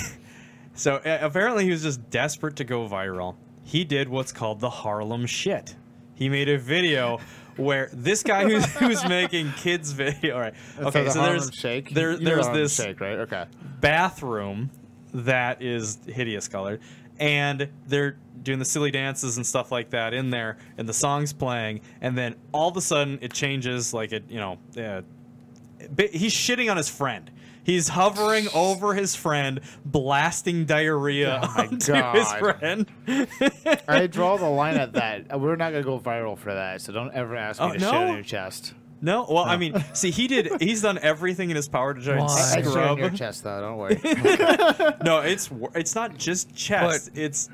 [SPEAKER 2] so uh, apparently, he was just desperate to go viral. He did what's called the Harlem shit. He made a video where this guy who's, who's making kids video. All right, okay.
[SPEAKER 3] the
[SPEAKER 2] So
[SPEAKER 3] Harlem
[SPEAKER 2] there's
[SPEAKER 3] shake.
[SPEAKER 2] there-
[SPEAKER 3] You know
[SPEAKER 2] there's
[SPEAKER 3] Harlem
[SPEAKER 2] this
[SPEAKER 3] shake, right? Okay.
[SPEAKER 2] bathroom that is hideous colored and they're doing the silly dances and stuff like that in there and the song's playing and then all of a sudden it changes like it you know uh, ba- he's shitting on his friend he's hovering over his friend blasting diarrhea
[SPEAKER 3] Oh my
[SPEAKER 2] onto his
[SPEAKER 3] God.
[SPEAKER 2] friend
[SPEAKER 3] I draw the line at that. We're not gonna go viral for that, so don't ever ask me
[SPEAKER 2] Oh,
[SPEAKER 3] to shit on
[SPEAKER 2] no?
[SPEAKER 3] your chest.
[SPEAKER 2] no well i mean see he did he's done everything in his power to try and
[SPEAKER 4] Why?
[SPEAKER 3] I
[SPEAKER 4] I
[SPEAKER 3] shit on your
[SPEAKER 2] scrub
[SPEAKER 3] chest though. Don't worry.
[SPEAKER 2] no it's wor- it's not just chest it's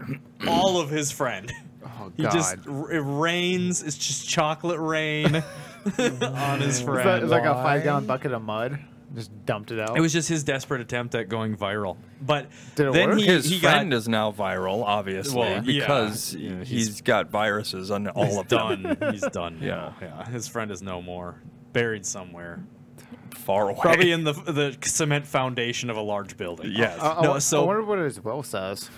[SPEAKER 2] all of his friend
[SPEAKER 3] Oh
[SPEAKER 2] He just r- it rains. It's just chocolate rain on his
[SPEAKER 3] It's like,
[SPEAKER 2] friend.
[SPEAKER 3] it's like a
[SPEAKER 4] Why?
[SPEAKER 3] five gallon bucket of mud. Just dumped it out.
[SPEAKER 2] it was just his desperate attempt at going viral. But
[SPEAKER 3] Did it
[SPEAKER 2] then
[SPEAKER 3] work?
[SPEAKER 2] he,
[SPEAKER 4] His
[SPEAKER 2] he got
[SPEAKER 4] friend is now viral, obviously,
[SPEAKER 2] Well, yeah.
[SPEAKER 4] because he's got viruses on all of them.
[SPEAKER 2] done. He's done. now.
[SPEAKER 4] Yeah.
[SPEAKER 2] yeah. His friend is no more. Buried somewhere,
[SPEAKER 4] Far away.
[SPEAKER 2] probably in the the cement foundation of a large building.
[SPEAKER 4] Yes.
[SPEAKER 3] I- I,
[SPEAKER 2] no,
[SPEAKER 3] wa-
[SPEAKER 2] so-
[SPEAKER 3] I wonder what his will says.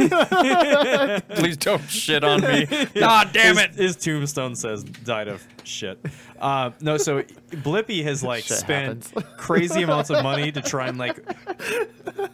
[SPEAKER 2] uh,
[SPEAKER 4] Please don't shit on me. God damn
[SPEAKER 2] his,
[SPEAKER 4] it.
[SPEAKER 2] His tombstone says died of shit. Uh, no, so Blippy has like
[SPEAKER 3] Shit
[SPEAKER 2] spent
[SPEAKER 3] happens.
[SPEAKER 2] crazy amounts of money to try and like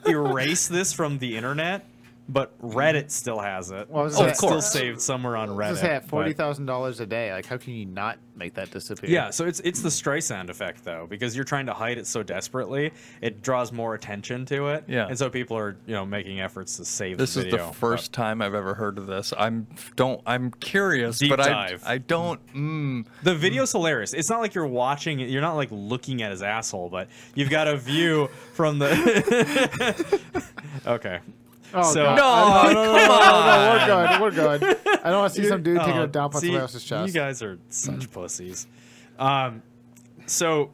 [SPEAKER 2] erase this from the internet, but Reddit still has it.
[SPEAKER 3] Well, I was
[SPEAKER 2] so
[SPEAKER 3] gonna
[SPEAKER 2] it's
[SPEAKER 3] say-
[SPEAKER 2] still saved somewhere on Reddit.
[SPEAKER 3] Just at forty
[SPEAKER 2] but-
[SPEAKER 3] thousand dollars a day. Like, how can you not make that disappear?
[SPEAKER 2] yeah, so it's it's the Streisand effect though, because you're trying to hide it so desperately, it draws more attention to it.
[SPEAKER 4] Yeah.
[SPEAKER 2] and so people are you know making efforts to save
[SPEAKER 4] This
[SPEAKER 2] the
[SPEAKER 4] is
[SPEAKER 2] video.
[SPEAKER 4] the first time I've ever heard of this. I'm don't I'm curious,
[SPEAKER 2] Deep
[SPEAKER 4] but
[SPEAKER 2] dive.
[SPEAKER 4] I I don't mm,
[SPEAKER 2] The video's hilarious. It's not like you're watching it. You're not like looking at his asshole, but you've got a view from the. okay.
[SPEAKER 3] Oh
[SPEAKER 2] So-
[SPEAKER 3] God.
[SPEAKER 2] No,
[SPEAKER 3] I- no, no, no, no, no, We're good. We're good. I don't want to see some dude taking
[SPEAKER 2] Oh,
[SPEAKER 3] a dump on
[SPEAKER 2] see,
[SPEAKER 3] somebody else's chest.
[SPEAKER 2] You guys are
[SPEAKER 4] Hmm.
[SPEAKER 2] such pussies. Um, so,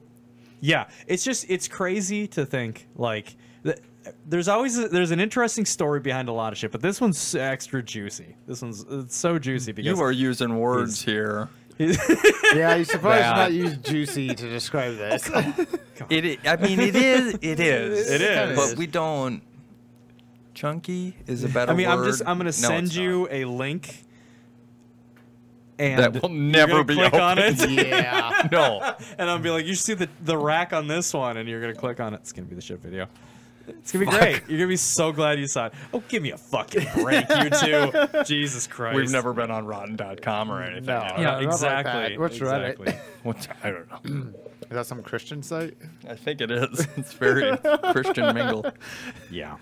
[SPEAKER 2] yeah, it's just it's crazy to think like th- there's always a, there's an interesting story behind a lot of shit, but this one's extra juicy. This one's it's so juicy because
[SPEAKER 4] you are using words here.
[SPEAKER 3] yeah, you're supposed to
[SPEAKER 4] Bad.
[SPEAKER 3] not use juicy to describe this.
[SPEAKER 4] It i- I mean it is it is.
[SPEAKER 2] It is.
[SPEAKER 4] But we don't chunky is a better
[SPEAKER 2] I mean, I'm
[SPEAKER 4] word.
[SPEAKER 2] just I'm
[SPEAKER 4] No,
[SPEAKER 2] gonna
[SPEAKER 4] it's
[SPEAKER 2] send
[SPEAKER 4] not.
[SPEAKER 2] you a link. And
[SPEAKER 4] That will
[SPEAKER 2] you're
[SPEAKER 4] never
[SPEAKER 2] gonna
[SPEAKER 4] be
[SPEAKER 2] click on
[SPEAKER 4] opened.
[SPEAKER 2] it.
[SPEAKER 3] yeah.
[SPEAKER 4] No.
[SPEAKER 2] and I'll be like, you should see the, the rack on this one, and you're gonna click on it. It's gonna be the shit video. It's gonna be great. You're gonna be so glad you saw it. Oh, give me a fucking break, you two. Jesus Christ.
[SPEAKER 4] We've never been on Rotten.com or anything.
[SPEAKER 3] No.
[SPEAKER 4] you
[SPEAKER 2] Yeah,
[SPEAKER 4] know?
[SPEAKER 3] not like that.
[SPEAKER 2] exactly.
[SPEAKER 3] What's Reddit?
[SPEAKER 2] exactly.
[SPEAKER 4] What- I don't know.
[SPEAKER 3] Is that some Christian site?
[SPEAKER 4] I think it is. It's very Christian mingle.
[SPEAKER 2] Yeah.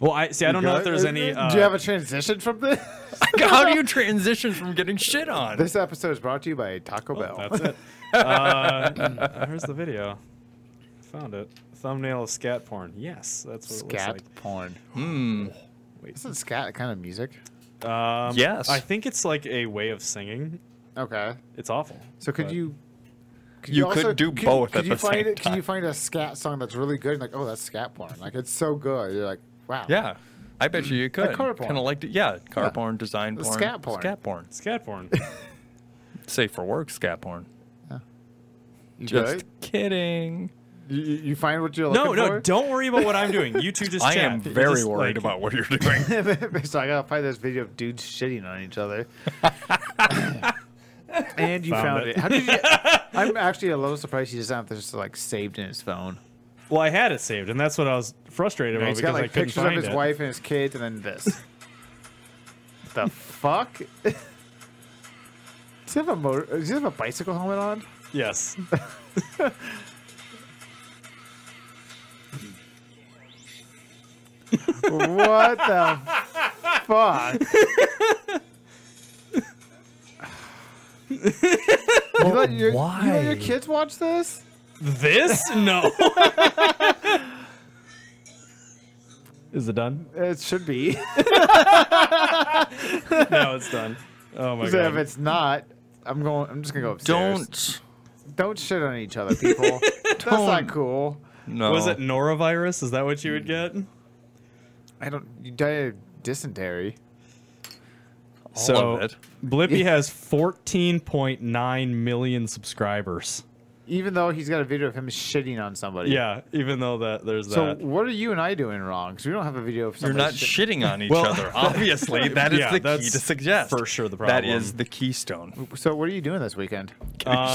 [SPEAKER 2] Well, I see. I don't know if there's any. Uh,
[SPEAKER 3] Do you have a transition from this?
[SPEAKER 4] How do you transition from getting shit on?
[SPEAKER 3] this episode is brought to you by Taco Bell.
[SPEAKER 2] Oh, That's it. Uh, here's the video. Found it. Thumbnail of scat porn. Yes, that's what it
[SPEAKER 3] scat
[SPEAKER 2] looks
[SPEAKER 3] porn. Hmm. Isn't scat kind of music?
[SPEAKER 2] like. Um,
[SPEAKER 4] Yes.
[SPEAKER 2] I think it's like a way of singing.
[SPEAKER 3] Okay.
[SPEAKER 2] It's awful.
[SPEAKER 3] So could
[SPEAKER 2] but-
[SPEAKER 3] you? Could
[SPEAKER 4] You could do both
[SPEAKER 3] Could
[SPEAKER 4] at
[SPEAKER 3] you
[SPEAKER 4] the
[SPEAKER 3] find
[SPEAKER 4] same
[SPEAKER 3] it, Can you
[SPEAKER 4] time.
[SPEAKER 3] find a scat song that's really good? And like, oh, that's scat porn. Like, it's so good. You're like, wow.
[SPEAKER 4] Yeah. I bet you you could.
[SPEAKER 3] car porn.
[SPEAKER 4] Kind of like, yeah, car
[SPEAKER 3] Yeah.
[SPEAKER 4] porn, design porn,
[SPEAKER 3] Scat porn.
[SPEAKER 4] scat porn.
[SPEAKER 2] Scat porn.
[SPEAKER 4] Safe for work, scat porn.
[SPEAKER 3] You
[SPEAKER 4] Just
[SPEAKER 3] good?
[SPEAKER 4] kidding.
[SPEAKER 3] You, you you find what you're
[SPEAKER 2] no,
[SPEAKER 3] looking
[SPEAKER 2] no,
[SPEAKER 3] for.
[SPEAKER 2] don't worry about what I'm doing. You two just
[SPEAKER 4] I
[SPEAKER 2] chat.
[SPEAKER 4] am
[SPEAKER 2] You
[SPEAKER 4] very
[SPEAKER 2] just,
[SPEAKER 4] worried
[SPEAKER 2] like,
[SPEAKER 4] about what you're doing.
[SPEAKER 3] so I gotta find this video of dudes shitting on each other. and you found,
[SPEAKER 2] Found it.
[SPEAKER 3] it. How did you? I'm actually a little surprised he doesn't have this like saved in his phone.
[SPEAKER 2] Well, I had it saved, and that's what I was frustrated about
[SPEAKER 3] he's
[SPEAKER 2] because
[SPEAKER 3] got
[SPEAKER 2] I
[SPEAKER 3] like
[SPEAKER 2] couldn't
[SPEAKER 3] pictures of
[SPEAKER 2] find
[SPEAKER 3] his
[SPEAKER 2] it.
[SPEAKER 3] wife and his kids, and then this. the fuck? Does he have a motor? Does he have a bicycle helmet on?
[SPEAKER 2] Yes.
[SPEAKER 3] What the fuck? you let your, You let your
[SPEAKER 4] why?
[SPEAKER 3] kids watch this?
[SPEAKER 2] this? No. Is it done?
[SPEAKER 3] It should be.
[SPEAKER 2] No, it's done. Oh my
[SPEAKER 3] So if
[SPEAKER 2] god.
[SPEAKER 3] it's not, I'm going. I'm just gonna go upstairs.
[SPEAKER 4] Don't.
[SPEAKER 3] don't shit on each other, people. That's not
[SPEAKER 4] Don't.
[SPEAKER 3] cool.
[SPEAKER 4] No.
[SPEAKER 2] Was
[SPEAKER 3] Oh.
[SPEAKER 2] it norovirus? Is that what you would get?
[SPEAKER 3] I don't. You die of dysentery.
[SPEAKER 2] so
[SPEAKER 4] of it.
[SPEAKER 2] Blippi has 14.9 million subscribers.
[SPEAKER 3] Even though he's got a video of him shitting on somebody.
[SPEAKER 2] Yeah, even though that there's
[SPEAKER 3] So
[SPEAKER 2] that.
[SPEAKER 3] what are you and I doing wrong? Because we don't have a video of
[SPEAKER 4] You're
[SPEAKER 3] somebody.
[SPEAKER 4] not
[SPEAKER 3] shit-
[SPEAKER 4] shitting on each
[SPEAKER 2] Well-
[SPEAKER 4] other. Obviously, that is
[SPEAKER 2] Yeah,
[SPEAKER 4] the key
[SPEAKER 2] that's
[SPEAKER 4] to suggest.
[SPEAKER 2] for sure the
[SPEAKER 4] That is
[SPEAKER 2] problem.
[SPEAKER 4] the keystone.
[SPEAKER 3] so what are you doing this weekend?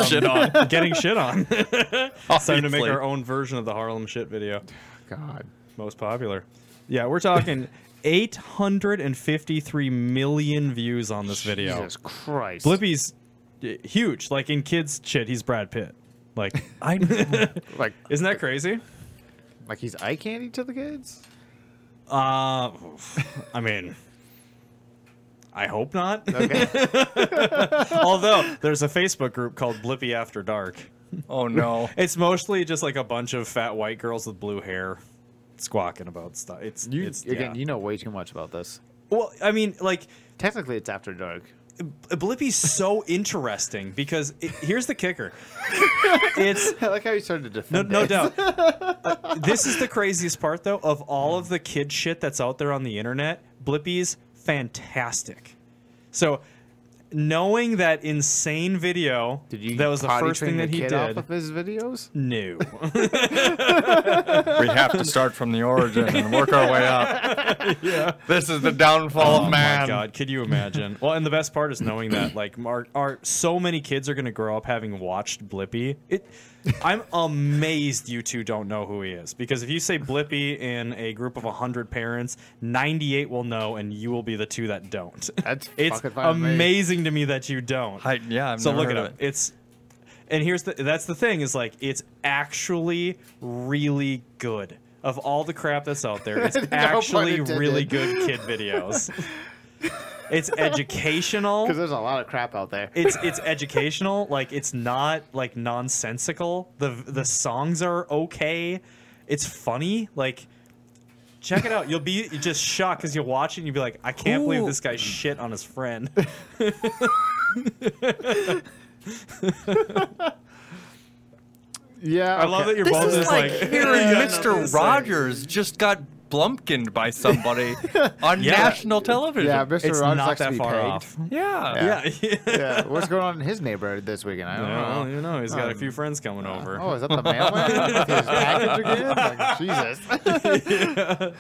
[SPEAKER 4] Shit on.
[SPEAKER 2] Getting shit on. it's time to make
[SPEAKER 4] Obviously.
[SPEAKER 2] our own version of the Harlem shit video.
[SPEAKER 3] God.
[SPEAKER 2] Most popular. Yeah, we're talking 853 million views on this video.
[SPEAKER 3] Jesus Christ.
[SPEAKER 2] Blippi's uh, huge. Like in kids' shit, he's Brad Pitt. Like,
[SPEAKER 4] I
[SPEAKER 3] Like
[SPEAKER 2] isn't that crazy?
[SPEAKER 3] like he's eye candy to the kids.
[SPEAKER 2] Uh, I mean, I hope not.
[SPEAKER 3] Okay.
[SPEAKER 2] Although there's a Facebook group called Blippy After Dark.
[SPEAKER 4] Oh no.
[SPEAKER 2] It's mostly just like a bunch of fat white girls with blue hair squawking about stuff. It's
[SPEAKER 3] you,
[SPEAKER 2] it's,
[SPEAKER 3] again,
[SPEAKER 2] yeah.
[SPEAKER 3] you know way too much about this.
[SPEAKER 2] well, I mean, like
[SPEAKER 3] Technically, it's after dark.
[SPEAKER 2] Blippi's so interesting because it, here's the kicker. It's
[SPEAKER 3] I like how you started to
[SPEAKER 2] No,
[SPEAKER 3] defend
[SPEAKER 2] no
[SPEAKER 3] it.
[SPEAKER 2] doubt. Uh, this is the craziest part, though, of all of the kid shit that's out there on the internet. Blippi's fantastic. So, knowing that insane video,
[SPEAKER 3] Did you?
[SPEAKER 2] that was the
[SPEAKER 3] potty
[SPEAKER 2] first
[SPEAKER 3] train
[SPEAKER 2] thing that
[SPEAKER 3] the
[SPEAKER 2] he
[SPEAKER 3] kid
[SPEAKER 2] did.
[SPEAKER 3] Off of his videos.
[SPEAKER 2] no,
[SPEAKER 4] We have to start from the origin and work our way up. This is the downfall
[SPEAKER 2] Oh
[SPEAKER 4] of man.
[SPEAKER 2] my
[SPEAKER 3] Um,
[SPEAKER 2] God, could you imagine? Well, and the best part is knowing that, like, Mark, are so many kids are going to grow up having watched Blippy. It, I'm amazed you two don't know who he is because if you say Blippy in a group of hundred parents, 98 will know, and you will be the two that don't.
[SPEAKER 3] That's
[SPEAKER 2] It's
[SPEAKER 3] fucking fine with me.
[SPEAKER 2] amazing to me that you don't.
[SPEAKER 4] I, yeah, I've
[SPEAKER 2] so
[SPEAKER 4] never
[SPEAKER 2] look
[SPEAKER 4] heard
[SPEAKER 2] it
[SPEAKER 4] of
[SPEAKER 2] up. It's and here's the that's the thing is like it's actually really good. Of all the crap that's out there, it's actually
[SPEAKER 3] intended.
[SPEAKER 2] really good kid videos. it's educational.
[SPEAKER 3] Because there's a lot of crap out there.
[SPEAKER 2] It's it's educational. Like it's not like nonsensical. The the songs are okay. It's funny. Like check it out. You'll be just shocked because you watch it and you'll be like, I can't believe
[SPEAKER 4] Who-
[SPEAKER 2] this guy shit on his friend.
[SPEAKER 3] yeah.
[SPEAKER 2] I love that you're
[SPEAKER 4] This
[SPEAKER 2] both
[SPEAKER 4] is
[SPEAKER 2] just
[SPEAKER 4] like,
[SPEAKER 2] like,
[SPEAKER 4] hearing
[SPEAKER 2] "Yeah, nothing to
[SPEAKER 4] Mr.
[SPEAKER 2] say."
[SPEAKER 4] Rogers just got blumpkined by somebody on
[SPEAKER 2] Yeah.
[SPEAKER 4] national television.
[SPEAKER 3] Yeah, Mr.
[SPEAKER 2] It's
[SPEAKER 3] Rogers
[SPEAKER 2] not
[SPEAKER 3] likes to
[SPEAKER 2] that
[SPEAKER 3] be
[SPEAKER 2] far
[SPEAKER 3] pegged.
[SPEAKER 2] off.
[SPEAKER 4] Yeah.
[SPEAKER 2] Yeah. yeah.
[SPEAKER 3] Yeah, what's going on in his neighborhood this weekend? I don't know.
[SPEAKER 2] Well, you know, he's got a few friends coming over. Uh,
[SPEAKER 3] Oh, is that the mailman with his package again? Like, Jesus.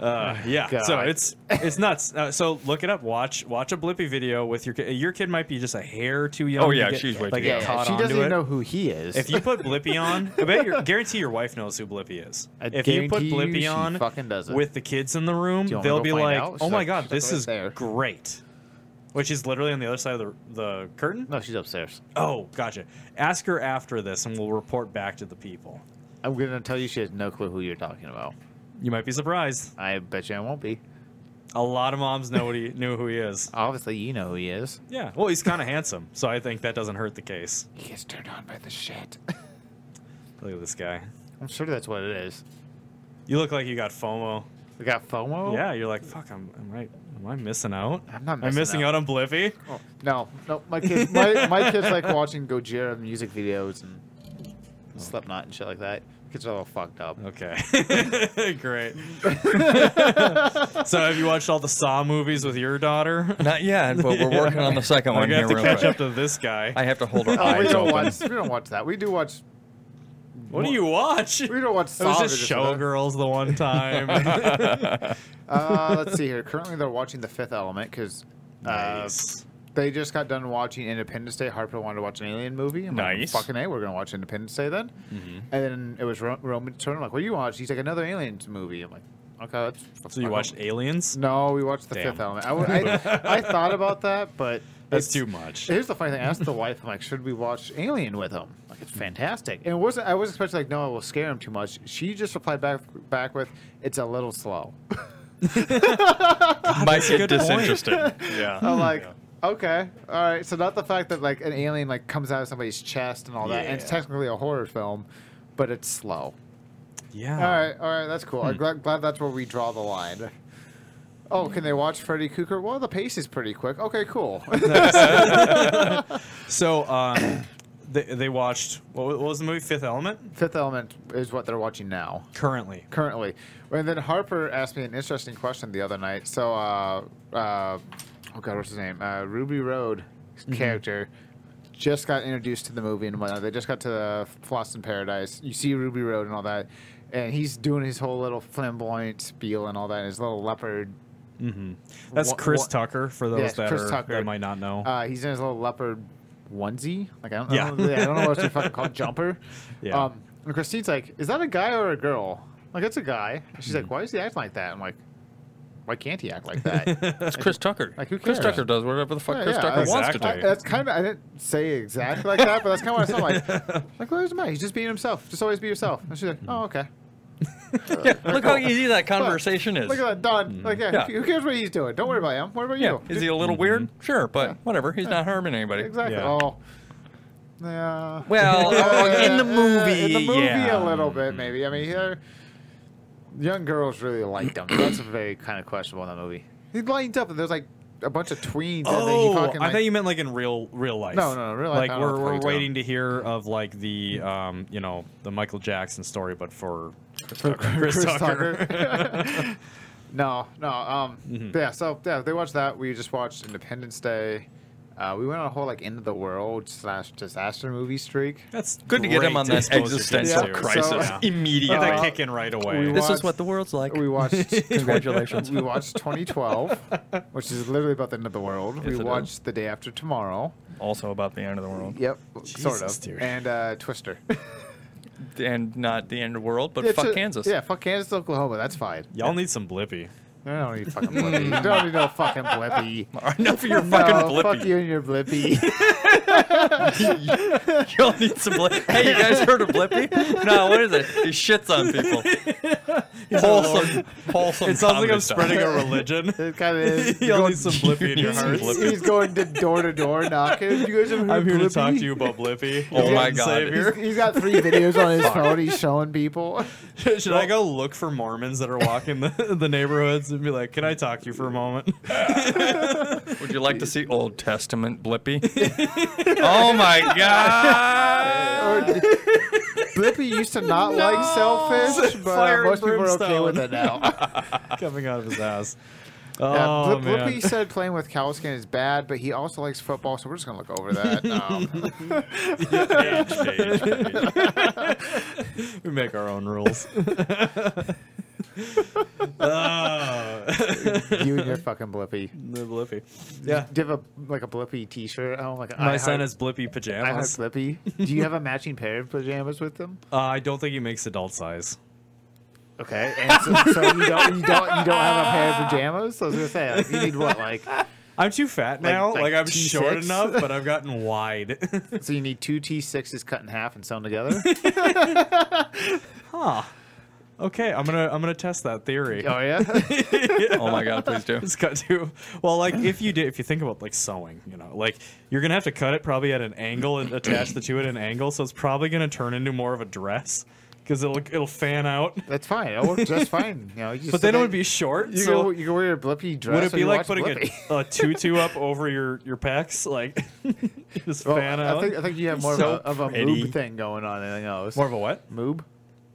[SPEAKER 2] Uh, yeah, so
[SPEAKER 3] God.
[SPEAKER 2] it's it's nuts. Uh, so look it up. Watch watch a Blippy video with your kid. Your kid might be just a hair too young.
[SPEAKER 4] Oh,
[SPEAKER 2] to
[SPEAKER 4] yeah,
[SPEAKER 2] get,
[SPEAKER 4] she's way
[SPEAKER 2] like,
[SPEAKER 4] too
[SPEAKER 2] get
[SPEAKER 4] young.
[SPEAKER 2] caught
[SPEAKER 3] she
[SPEAKER 2] onto
[SPEAKER 3] doesn't even
[SPEAKER 2] it.
[SPEAKER 3] know who he is.
[SPEAKER 2] If you put Blippy on, I bet your, guarantee your wife knows who Blippy is.
[SPEAKER 3] I
[SPEAKER 2] if you put
[SPEAKER 3] guarantee you
[SPEAKER 2] Blippy
[SPEAKER 3] she
[SPEAKER 2] on
[SPEAKER 3] fucking doesn't.
[SPEAKER 2] with the kids in the room,
[SPEAKER 3] you wanna
[SPEAKER 2] they'll
[SPEAKER 3] go
[SPEAKER 2] be
[SPEAKER 3] find
[SPEAKER 2] like,
[SPEAKER 3] out?
[SPEAKER 2] "Oh
[SPEAKER 3] She's
[SPEAKER 2] my
[SPEAKER 3] like-
[SPEAKER 2] god,
[SPEAKER 3] she's
[SPEAKER 2] this
[SPEAKER 3] right
[SPEAKER 2] is
[SPEAKER 3] there."
[SPEAKER 2] great," which is literally on the other side of the the curtain.
[SPEAKER 5] No, she's upstairs.
[SPEAKER 2] Oh, gotcha. Ask her after this, and we'll report back to the people.
[SPEAKER 5] I'm gonna tell you she has no clue who you're talking about.
[SPEAKER 2] You might be surprised.
[SPEAKER 5] I bet you I won't be.
[SPEAKER 2] A lot of moms know what he knew who he is.
[SPEAKER 5] Obviously, you know who he is.
[SPEAKER 2] Yeah. Well, he's kind of handsome, so I think that doesn't hurt the case.
[SPEAKER 3] he gets turned on by the shit.
[SPEAKER 2] Look at this guy.
[SPEAKER 5] I'm sure that's what it is.
[SPEAKER 2] You look like you got FOMO.
[SPEAKER 5] We got FOMO.
[SPEAKER 2] Yeah, you're like, fuck, I'm, I'm right. Am I missing out?
[SPEAKER 3] I'm not
[SPEAKER 2] Am I
[SPEAKER 3] missing
[SPEAKER 2] missing out.
[SPEAKER 3] out.
[SPEAKER 2] on Bliffy?
[SPEAKER 3] Oh, no, no, my kids, my, my kids like watching Gojira music videos and
[SPEAKER 5] Slipknot and shit like that.
[SPEAKER 3] kids are all fucked up.
[SPEAKER 2] Okay. Great. so, have you watched all the Saw movies with your daughter?
[SPEAKER 4] Not yet, but we're working on the second
[SPEAKER 2] I'm
[SPEAKER 4] one
[SPEAKER 2] gonna
[SPEAKER 4] here
[SPEAKER 2] have to
[SPEAKER 4] real
[SPEAKER 2] catch
[SPEAKER 4] quick.
[SPEAKER 2] up to this guy.
[SPEAKER 4] I have to hold her
[SPEAKER 3] Oh, we
[SPEAKER 4] eyes
[SPEAKER 3] don't
[SPEAKER 4] open.
[SPEAKER 3] watch. We don't watch that. We do watch.
[SPEAKER 2] what do you watch?
[SPEAKER 3] We don't watch.
[SPEAKER 2] It was just Showgirls the one time.
[SPEAKER 3] Uh, let's see here. Currently, they're watching The Fifth Element because
[SPEAKER 2] nice.
[SPEAKER 3] they just got done watching Independence Day. Harper wanted to watch an alien movie. I'm like,
[SPEAKER 4] Nice.
[SPEAKER 3] fucking a, we're gonna watch Independence Day then.
[SPEAKER 2] Mm-hmm.
[SPEAKER 3] And then it was Ro- Roman turn. I'm like, what do you watch? He's like, another alien movie. I'm like, okay. That's
[SPEAKER 2] So you watched Aliens?
[SPEAKER 3] No, we watched The
[SPEAKER 2] Damn.
[SPEAKER 3] Fifth Element. I, w- I- I thought about that, but
[SPEAKER 2] That's
[SPEAKER 3] it's-
[SPEAKER 2] too much.
[SPEAKER 3] Here's the funny thing. I asked the wife, I'm like, should we watch Alien with him? Like, it's fantastic. And it wasn't. I was expecting like, no, it will scare him too much. She just replied back back with, it's a little slow.
[SPEAKER 4] Might get
[SPEAKER 2] good point.
[SPEAKER 4] disinterested. yeah.
[SPEAKER 3] I'm like, okay, all right. So not the fact that like an alien like comes out of somebody's chest and all that, and it's
[SPEAKER 4] Yeah.
[SPEAKER 3] technically a horror film, but it's slow.
[SPEAKER 2] Yeah.
[SPEAKER 3] All right, all right, that's cool.
[SPEAKER 2] Hmm.
[SPEAKER 3] I'm glad, glad that's where we draw the line. Oh, can they watch Freddy Krueger? Well, the pace is pretty quick. Okay, cool.
[SPEAKER 2] So um, they, they watched what, wa- what was the movie Fifth Element?
[SPEAKER 3] Fifth Element is what they're watching now.
[SPEAKER 2] Currently,
[SPEAKER 3] currently. And then Harper asked me an interesting question the other night. So, uh, uh, oh god, what's his name? Uh, Ruby Road
[SPEAKER 2] Mm-hmm.
[SPEAKER 3] character just got introduced to the movie and whatnot. They just got to Floss in Paradise. You see Ruby Road and all that, and he's doing his whole little flamboyant spiel and all that. His little leopard.
[SPEAKER 2] Mm-hmm. that's
[SPEAKER 3] Wha-
[SPEAKER 2] Chris
[SPEAKER 3] wha-
[SPEAKER 2] Tucker for those
[SPEAKER 3] Yes,
[SPEAKER 2] that
[SPEAKER 3] Chris
[SPEAKER 2] are,
[SPEAKER 3] Tucker.
[SPEAKER 2] that might not know.
[SPEAKER 3] Uh, he's in his little leopard onesie. Like I don't,
[SPEAKER 2] Yeah.
[SPEAKER 3] I don't, I don't know what it's fucking called, jumper.
[SPEAKER 2] Yeah.
[SPEAKER 3] Um, and Christine's like, "Is that a guy or a girl?" Like it's a guy. And she's like, "Why is he acting like that?" I'm like, "Why can't he act like that?"
[SPEAKER 4] It's Chris Tucker.
[SPEAKER 3] Like, who
[SPEAKER 4] Chris
[SPEAKER 3] cares?
[SPEAKER 4] Tucker does whatever the fuck
[SPEAKER 3] Yeah,
[SPEAKER 4] Chris
[SPEAKER 3] yeah,
[SPEAKER 4] Tucker
[SPEAKER 3] that's-
[SPEAKER 4] wants to do.
[SPEAKER 2] exactly.
[SPEAKER 3] I- that's kind of I didn't say exactly like that, but that's kind of what I saw. Like, like where's Mike? He's just being himself. Just always be yourself. And she's like, "Oh, okay."
[SPEAKER 4] Look how easy that conversation is.
[SPEAKER 3] Look at that, done. Like, yeah,
[SPEAKER 4] Yeah.
[SPEAKER 3] Who cares what he's doing? Don't worry about him. What about
[SPEAKER 4] Yeah.
[SPEAKER 3] you?
[SPEAKER 4] Is he a little weird? Sure, but whatever. He's not harming anybody.
[SPEAKER 3] exactly.
[SPEAKER 2] Yeah.
[SPEAKER 3] Oh, yeah.
[SPEAKER 4] Well,
[SPEAKER 3] Uh,
[SPEAKER 4] in the movie,
[SPEAKER 3] in the movie a
[SPEAKER 4] yeah.
[SPEAKER 3] little bit maybe. I mean, here, young girls really liked him.
[SPEAKER 5] That's very kind of questionable in that movie.
[SPEAKER 3] he lined up, and there's like a bunch of tweens. and then he
[SPEAKER 2] Oh,
[SPEAKER 3] fucking,
[SPEAKER 2] I
[SPEAKER 3] like,
[SPEAKER 2] thought you meant like in real real life.
[SPEAKER 3] No, no, no, real life, I
[SPEAKER 2] Like
[SPEAKER 3] don't
[SPEAKER 2] we're,
[SPEAKER 3] know
[SPEAKER 2] we're
[SPEAKER 3] what to
[SPEAKER 2] waiting to hear of like the um you know the Michael Jackson story, but for
[SPEAKER 3] for Chris,
[SPEAKER 2] Tucker.
[SPEAKER 3] Tucker. no, no. Um,
[SPEAKER 4] Mm-hmm.
[SPEAKER 3] but yeah. So yeah, they watched that. We just watched Independence Day. Uh, we went on a whole like end of the world slash disaster movie streak.
[SPEAKER 2] that's
[SPEAKER 4] Good to get him
[SPEAKER 2] great
[SPEAKER 4] on that
[SPEAKER 2] expose your
[SPEAKER 4] existential
[SPEAKER 2] kids to.
[SPEAKER 4] crisis
[SPEAKER 3] So-
[SPEAKER 2] Yeah.
[SPEAKER 4] immediately.
[SPEAKER 2] Get that kick in right away.
[SPEAKER 3] we
[SPEAKER 4] this
[SPEAKER 3] watched-
[SPEAKER 4] is what the world's like.
[SPEAKER 3] We watched
[SPEAKER 4] Congratulations.
[SPEAKER 3] We watched 2012, which is literally about the end of the world.
[SPEAKER 4] it
[SPEAKER 3] we
[SPEAKER 4] is.
[SPEAKER 3] watched The Day After Tomorrow.
[SPEAKER 4] also about the end of the world.
[SPEAKER 3] Yep, sort
[SPEAKER 2] Jesus,
[SPEAKER 3] of.
[SPEAKER 2] dude.
[SPEAKER 3] And uh, Twister.
[SPEAKER 4] And not the end of the world, but
[SPEAKER 3] It's
[SPEAKER 4] fuck
[SPEAKER 3] a-
[SPEAKER 4] Kansas.
[SPEAKER 3] Yeah, fuck Kansas, Oklahoma. That's fine.
[SPEAKER 2] Y'all need some Blippy.
[SPEAKER 3] I don't need fucking blippy. You don't need no fucking blippy.
[SPEAKER 4] Enough of your fucking
[SPEAKER 3] no,
[SPEAKER 4] blippy.
[SPEAKER 3] Fuck you and your blippy.
[SPEAKER 4] Y'all need some Blippi. Hey, you guys heard of Blippi? No, what is it? He shits on people. Wholesome, wholesome.
[SPEAKER 2] It sounds like
[SPEAKER 4] comedy
[SPEAKER 2] I'm
[SPEAKER 4] stuff.
[SPEAKER 2] spreading a religion.
[SPEAKER 3] it kind of is.
[SPEAKER 2] Y'all need some Blippy in your
[SPEAKER 4] He's-
[SPEAKER 2] hearts.
[SPEAKER 4] he's-
[SPEAKER 3] He's going to door to door knocking. You guys ever heard
[SPEAKER 2] I'm here to
[SPEAKER 3] Blippi?
[SPEAKER 2] talk to you about Blippy.
[SPEAKER 4] Oh
[SPEAKER 2] Lord
[SPEAKER 4] my
[SPEAKER 2] and
[SPEAKER 4] God.
[SPEAKER 2] Savior.
[SPEAKER 3] He's got three videos on his phone. He's showing people.
[SPEAKER 2] Should I go look for Mormons that are walking the, the neighborhoods and be like, "Can I talk to you for a moment?"
[SPEAKER 4] Would you like to see Old Testament Blippi? oh my God!
[SPEAKER 3] Blippy used to not like selfish, but
[SPEAKER 2] Fire
[SPEAKER 3] uh,
[SPEAKER 2] and
[SPEAKER 3] most people are okay
[SPEAKER 2] brimstone.
[SPEAKER 3] with it now.
[SPEAKER 2] Coming out of his ass.
[SPEAKER 3] Yeah,
[SPEAKER 2] Oh
[SPEAKER 3] Blip-
[SPEAKER 2] man.
[SPEAKER 3] Blippy said playing with cowskin is bad, but he also likes football, so we're just gonna look over that. Um,
[SPEAKER 2] we make our own rules.
[SPEAKER 3] you and your fucking blippy.
[SPEAKER 2] Ah. The Blippy. Yeah.
[SPEAKER 3] Do you have a like a blippy T-shirt? Oh my god.
[SPEAKER 2] My
[SPEAKER 3] I
[SPEAKER 2] son
[SPEAKER 3] heart-
[SPEAKER 2] has Blippy
[SPEAKER 3] I have
[SPEAKER 2] pajamas. Uh,
[SPEAKER 3] blippy. Do you have a matching pair of pajamas with them?
[SPEAKER 2] I don't think he makes adult size.
[SPEAKER 5] Okay.
[SPEAKER 3] And so, so you don't you don't you don't have a pair of pajamas? I was gonna say like you need what like
[SPEAKER 2] I'm too fat now. Like,
[SPEAKER 5] like
[SPEAKER 2] I'm
[SPEAKER 5] T6?
[SPEAKER 2] short enough, but I've gotten wide.
[SPEAKER 3] so you need two T sixes cut in half and sewn together.
[SPEAKER 2] okay, I'm gonna I'm gonna test that theory.
[SPEAKER 3] Oh yeah.
[SPEAKER 4] oh my god, please do.
[SPEAKER 2] It's cut to well, like if you did, if you think about like sewing, you know, like you're gonna have to cut it probably at an angle and attach the two at an angle, so it's probably gonna turn into more of a dress because it'll it'll fan out.
[SPEAKER 3] That's fine. It'll work just fine. You know, you
[SPEAKER 2] But
[SPEAKER 3] just
[SPEAKER 2] then it
[SPEAKER 3] sit
[SPEAKER 2] would
[SPEAKER 3] there-
[SPEAKER 2] be short.
[SPEAKER 3] You,
[SPEAKER 2] so
[SPEAKER 3] go, you can wear your blippy dress.
[SPEAKER 2] would it
[SPEAKER 3] or
[SPEAKER 2] be
[SPEAKER 3] you
[SPEAKER 2] like
[SPEAKER 3] watch
[SPEAKER 2] putting
[SPEAKER 3] Blippi.
[SPEAKER 2] a, a tutu up over your your pecs, like just
[SPEAKER 3] Well,
[SPEAKER 2] fan
[SPEAKER 3] I
[SPEAKER 2] out?
[SPEAKER 3] think I think you have more
[SPEAKER 2] So
[SPEAKER 3] of a, of a
[SPEAKER 2] pretty.
[SPEAKER 3] moob thing going on than anything else.
[SPEAKER 2] More of a what?
[SPEAKER 3] moob,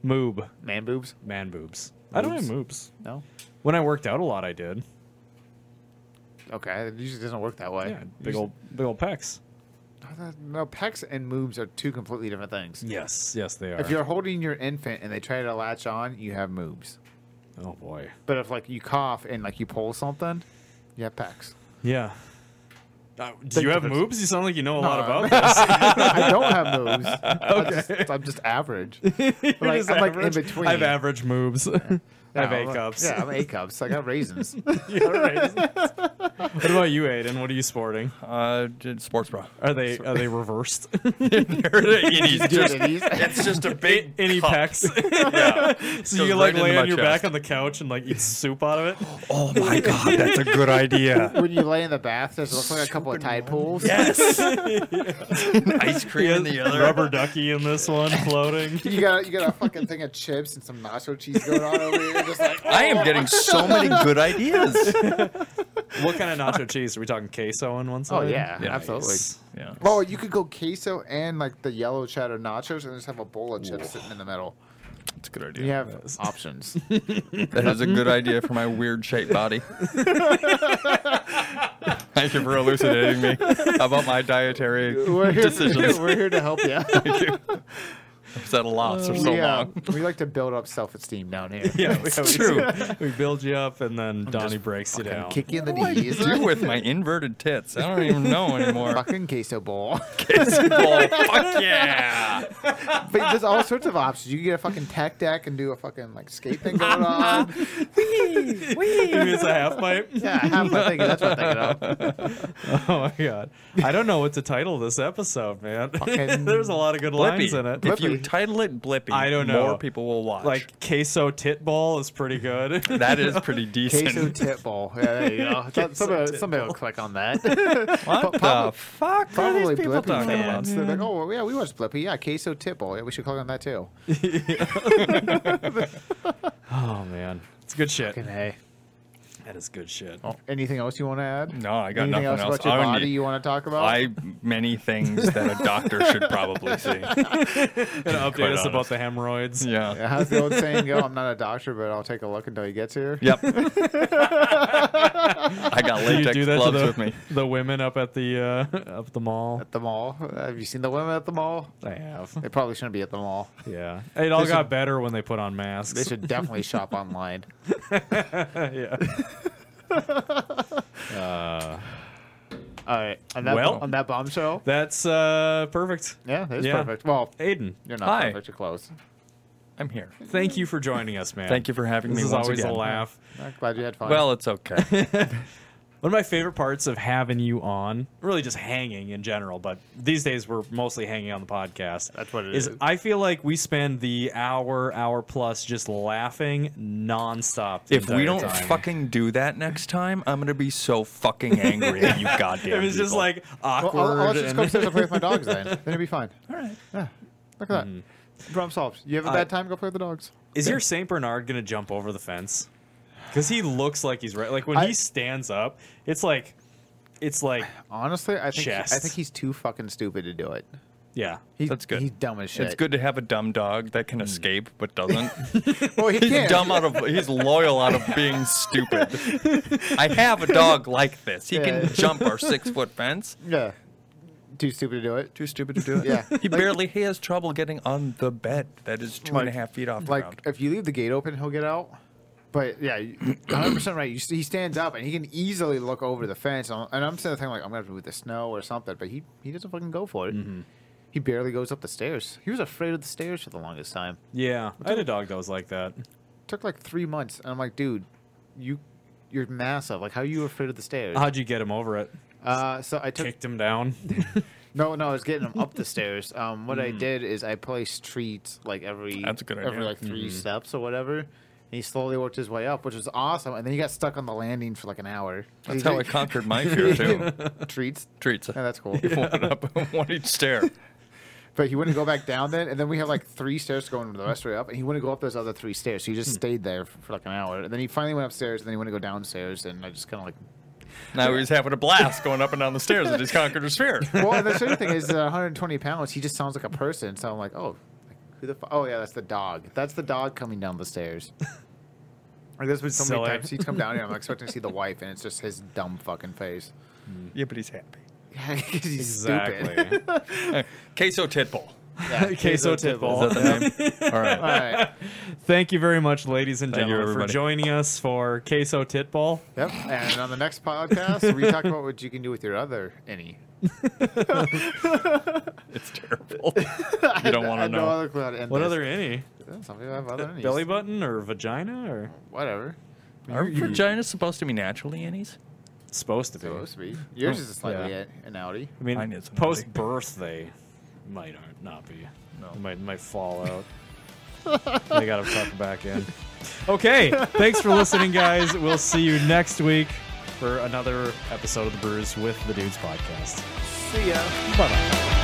[SPEAKER 2] Moob,
[SPEAKER 3] man boobs.
[SPEAKER 2] man boobs. I don't have moobs.
[SPEAKER 3] No,
[SPEAKER 2] When I worked out a lot, I did.
[SPEAKER 3] okay, it usually doesn't work that way.
[SPEAKER 2] Yeah, big old big old pecs.
[SPEAKER 3] No, pecs and moobs are two completely different things.
[SPEAKER 2] Yes, yes they are.
[SPEAKER 3] If you're holding your infant and they try to latch on, you have moobs.
[SPEAKER 2] oh boy.
[SPEAKER 3] But if like you cough and like you pull something, you have pecs.
[SPEAKER 2] Yeah. Uh, do you have
[SPEAKER 3] difference.
[SPEAKER 2] moobs? You sound like you know a lot
[SPEAKER 3] No.
[SPEAKER 2] about this.
[SPEAKER 3] I don't have moobs. I'm just, I'm just average.
[SPEAKER 2] You're
[SPEAKER 3] Like,
[SPEAKER 2] just
[SPEAKER 3] I'm like in
[SPEAKER 2] average.
[SPEAKER 3] between.
[SPEAKER 2] I have average moobs. I have
[SPEAKER 3] No,
[SPEAKER 2] A
[SPEAKER 3] I'm-
[SPEAKER 2] cups.
[SPEAKER 3] Yeah, I'm A cups. I got raisins.
[SPEAKER 2] You're right. what about you, Aiden? What are you sporting?
[SPEAKER 4] Uh, j- sports bra.
[SPEAKER 2] Are they are they reversed? any
[SPEAKER 3] Dude, and he's-
[SPEAKER 4] It's just a big
[SPEAKER 2] any pecs?
[SPEAKER 4] Yeah.
[SPEAKER 2] so
[SPEAKER 4] Goes
[SPEAKER 2] you like
[SPEAKER 4] right into
[SPEAKER 2] lay
[SPEAKER 4] my
[SPEAKER 2] on your
[SPEAKER 4] chest.
[SPEAKER 2] back on the couch and like eat soup out of it.
[SPEAKER 4] Oh my god, that's a good idea.
[SPEAKER 3] when you lay in the bath, there's looks like a couple of tide pools.
[SPEAKER 4] Yes. Ice cream in the other.
[SPEAKER 2] Rubber ducky in this one floating.
[SPEAKER 3] You got you got a fucking thing of chips and some nacho cheese going on over here. Just like
[SPEAKER 4] I am getting so many good ideas.
[SPEAKER 2] what kind of nacho cheese? Are we talking queso on one
[SPEAKER 3] oh
[SPEAKER 2] side?
[SPEAKER 3] yeah,
[SPEAKER 4] Yeah,
[SPEAKER 3] absolutely.
[SPEAKER 4] Yeah.
[SPEAKER 3] Oh, you could go queso and like the yellow cheddar nachos, and just have a bowl of chips sitting in the middle.
[SPEAKER 4] That's a good
[SPEAKER 3] You
[SPEAKER 4] idea.
[SPEAKER 3] have options.
[SPEAKER 4] That is a good idea for my weird shaped body. Thank you for elucidating me about my dietary
[SPEAKER 3] We're here,
[SPEAKER 4] decisions.
[SPEAKER 3] we're here to help you.
[SPEAKER 4] Thank you. I've said a lot for so
[SPEAKER 3] we, uh,
[SPEAKER 4] long.
[SPEAKER 3] we like to build up self-esteem down here.
[SPEAKER 2] Yeah, we, it's true. We build you up, and then Donnie breaks you down.
[SPEAKER 3] Kick you in the
[SPEAKER 4] What do I
[SPEAKER 3] knees.
[SPEAKER 4] do with my inverted tits? I don't even know anymore.
[SPEAKER 3] Fucking queso bowl.
[SPEAKER 4] Well, fuck yeah!
[SPEAKER 3] But there's all sorts of options. You can get a fucking tech deck and do a fucking like skate thing going on.
[SPEAKER 2] Maybe it's a half pipe.
[SPEAKER 3] Yeah, I have my thing. That's what I'm thinking of.
[SPEAKER 2] Oh my god! I don't know what to title this episode, man.
[SPEAKER 3] Fucking
[SPEAKER 2] There's a lot of good lines in it.
[SPEAKER 4] Blippy. If you
[SPEAKER 3] Blippy.
[SPEAKER 4] title it Blippy,
[SPEAKER 2] I don't know.
[SPEAKER 4] More people will watch.
[SPEAKER 2] Like queso tit ball is pretty good.
[SPEAKER 4] that is pretty
[SPEAKER 3] Queso
[SPEAKER 4] decent.
[SPEAKER 3] tip bowl. Yeah, there you go. Some- Somebody,
[SPEAKER 2] tit
[SPEAKER 3] somebody will click on that.
[SPEAKER 4] What
[SPEAKER 3] Probably-
[SPEAKER 4] the fuck are
[SPEAKER 3] Probably
[SPEAKER 4] these people
[SPEAKER 3] Blippy
[SPEAKER 4] talking about?
[SPEAKER 3] fans. They're like, oh, well, yeah, we watched Blippy. Yeah, queso tip bowl. Yeah, we should click on that too.
[SPEAKER 2] oh man, it's good shit.
[SPEAKER 3] Fucking Oh, hey.
[SPEAKER 2] That is good shit.
[SPEAKER 3] Anything else you want to add?
[SPEAKER 4] No, I got
[SPEAKER 3] Anything
[SPEAKER 4] nothing
[SPEAKER 3] else
[SPEAKER 4] else.
[SPEAKER 3] about your
[SPEAKER 4] I don't
[SPEAKER 3] body
[SPEAKER 4] need-
[SPEAKER 3] you want to talk about?
[SPEAKER 4] I many things that a doctor should probably see.
[SPEAKER 2] Gonna update us
[SPEAKER 4] honest.
[SPEAKER 2] about the hemorrhoids.
[SPEAKER 4] Yeah.
[SPEAKER 3] Yeah, How's the old saying go? I'm not a doctor, but I'll take a look until he gets here.
[SPEAKER 4] Yep. I got
[SPEAKER 2] Do you
[SPEAKER 4] latex
[SPEAKER 2] do that to
[SPEAKER 4] gloves
[SPEAKER 2] the,
[SPEAKER 4] with me.
[SPEAKER 2] the women up at the uh, up the mall?
[SPEAKER 3] At the mall. Have you seen the women at the mall?
[SPEAKER 2] I have.
[SPEAKER 3] They probably shouldn't be at the mall.
[SPEAKER 2] Yeah, it all
[SPEAKER 3] They
[SPEAKER 2] got
[SPEAKER 3] should-
[SPEAKER 2] better when they put on masks.
[SPEAKER 3] They should definitely shop online.
[SPEAKER 2] yeah. Uh,
[SPEAKER 3] All right. On that,
[SPEAKER 2] Well.
[SPEAKER 3] on that bombshell.
[SPEAKER 2] that's uh, perfect.
[SPEAKER 3] Yeah, that's
[SPEAKER 2] Yeah.
[SPEAKER 3] perfect. Well,
[SPEAKER 2] Aiden,
[SPEAKER 3] you're not
[SPEAKER 4] Hi.
[SPEAKER 3] perfect. You're close.
[SPEAKER 4] I'm here.
[SPEAKER 2] thank you for joining us, man.
[SPEAKER 4] Thank you for having
[SPEAKER 2] This
[SPEAKER 4] me
[SPEAKER 2] is
[SPEAKER 4] once
[SPEAKER 2] always
[SPEAKER 4] again.
[SPEAKER 2] a laugh.
[SPEAKER 3] I'm glad you had fun.
[SPEAKER 4] Well, it's okay.
[SPEAKER 2] One of my favorite parts of having you on, really just hanging in general, but these days we're mostly hanging on the podcast.
[SPEAKER 5] That's what it
[SPEAKER 2] is.
[SPEAKER 5] is.
[SPEAKER 2] I feel like we spend the hour, hour plus just laughing nonstop. the
[SPEAKER 4] if we
[SPEAKER 2] entire
[SPEAKER 4] don't
[SPEAKER 2] time.
[SPEAKER 4] fucking do that next time, I'm gonna be so fucking angry at you, goddamn.
[SPEAKER 2] it was just
[SPEAKER 4] people.
[SPEAKER 2] like
[SPEAKER 3] Well,
[SPEAKER 2] awkward.
[SPEAKER 3] I'll, I'll just
[SPEAKER 2] and-
[SPEAKER 3] go upstairs and play with my dogs then. Then it'll be fine. All right. Yeah. Look at that. Problem solved. You have a
[SPEAKER 2] I-
[SPEAKER 3] bad time? Go play with the dogs.
[SPEAKER 2] Is your Saint Bernard gonna jump over the fence? Because he looks like he's right. Like when
[SPEAKER 3] I-
[SPEAKER 2] he stands up, it's like, it's like,
[SPEAKER 3] Honestly, I think I
[SPEAKER 2] Chest.
[SPEAKER 3] think he's too fucking stupid to do it.
[SPEAKER 2] yeah.
[SPEAKER 3] He,
[SPEAKER 4] That's good.
[SPEAKER 3] He's dumb as shit.
[SPEAKER 4] It's good to have a dumb dog that
[SPEAKER 2] Hmm.
[SPEAKER 4] can escape but doesn't.
[SPEAKER 3] Well, he
[SPEAKER 4] He's
[SPEAKER 3] can't.
[SPEAKER 4] dumb out of he's loyal out of being stupid. I have a dog like this. He
[SPEAKER 3] Yeah.
[SPEAKER 4] can jump our six foot fence.
[SPEAKER 3] Yeah. Too stupid to do it.
[SPEAKER 4] Too stupid to do it.
[SPEAKER 3] Yeah.
[SPEAKER 4] He barely he has trouble getting on the bed that is two and a half
[SPEAKER 3] Like-
[SPEAKER 4] feet off the
[SPEAKER 3] Like
[SPEAKER 4] ground.
[SPEAKER 3] if you leave the gate open, he'll get out. But yeah, you- 100% right. You, see- he stands up and he can easily look over the fence. And I'm- and I'm sitting there thinking, like, I'm going to have to move the snow or something. But he, he doesn't fucking go for it.
[SPEAKER 4] Mm-hmm.
[SPEAKER 3] He barely goes up the stairs.
[SPEAKER 5] He was afraid of the stairs for the longest time.
[SPEAKER 2] Yeah, I had a dog that was like that.
[SPEAKER 3] took like three months. And I'm like, dude, you,
[SPEAKER 5] You're massive. Like, how are you afraid of the stairs?
[SPEAKER 2] How'd you get him over it?
[SPEAKER 5] Uh, so I took
[SPEAKER 2] Kicked him down.
[SPEAKER 5] No, no, I was getting them up the stairs. Um, what I did is I placed treats like every
[SPEAKER 4] Hmm. That's a good
[SPEAKER 5] every
[SPEAKER 4] idea.
[SPEAKER 5] like 3 steps or whatever. And he slowly worked his way up, which was awesome. And then he got stuck on the landing for like an hour.
[SPEAKER 4] That's how I conquered my fear too.
[SPEAKER 3] treats.
[SPEAKER 4] Treats.
[SPEAKER 3] Yeah, that's cool.
[SPEAKER 4] One up, one each stair.
[SPEAKER 3] But he wouldn't go back down then, and then we have like three stairs going the rest way up, and he wouldn't go up those other three stairs. So he
[SPEAKER 4] Hmm.
[SPEAKER 3] just stayed there for, for like an hour, and then he finally went upstairs, and then he went to go downstairs, and I just kind of like.
[SPEAKER 4] Now he's having a blast going up and down the stairs that he's conquered his fear.
[SPEAKER 3] Well, and the shitty thing is, uh, that 120 pounds, he just sounds like a person. So I'm like, oh, like, who the? Fu- oh yeah, that's the dog. That's the dog coming down the stairs. Like there's been so
[SPEAKER 2] Silly.
[SPEAKER 3] many times he's come down here, I'm expecting to see the wife, and it's just his dumb fucking face.
[SPEAKER 4] Yeah, but he's happy.
[SPEAKER 3] Yeah, 'cause he's
[SPEAKER 2] exactly.
[SPEAKER 3] stupid.
[SPEAKER 4] Queso Titbull.
[SPEAKER 5] Yeah,
[SPEAKER 2] Queso Titbull.
[SPEAKER 4] Is that the name? All right.
[SPEAKER 3] All right.
[SPEAKER 2] Thank you very much, ladies and
[SPEAKER 4] Thank you,
[SPEAKER 2] gentlemen, for
[SPEAKER 4] everybody.
[SPEAKER 2] joining us for Queso Titball.
[SPEAKER 3] Yep. And on the next podcast, we talk about what you can do with your other any.
[SPEAKER 4] It's terrible. You don't want
[SPEAKER 3] I
[SPEAKER 4] to
[SPEAKER 3] had No
[SPEAKER 4] know.
[SPEAKER 3] other clue how to end
[SPEAKER 2] What
[SPEAKER 3] this.
[SPEAKER 2] other any?
[SPEAKER 3] Yeah, Some people have other innies.
[SPEAKER 2] Belly button or vagina or
[SPEAKER 3] Whatever.
[SPEAKER 4] Are vaginas supposed to be naturally innies?
[SPEAKER 2] it's supposed to be.
[SPEAKER 3] Supposed to be. Yours is slightly
[SPEAKER 2] Oh, Yeah.
[SPEAKER 3] an outie.
[SPEAKER 2] I
[SPEAKER 4] Mine
[SPEAKER 2] mean,
[SPEAKER 4] isn't, buddy.
[SPEAKER 2] post birth they might or not be.
[SPEAKER 4] No.
[SPEAKER 2] It might might fall out. they got to tuck back in. Okay, thanks for listening, guys. We'll see you next week for another episode of the Brews with the Dudes podcast.
[SPEAKER 3] See ya.
[SPEAKER 2] Bye bye.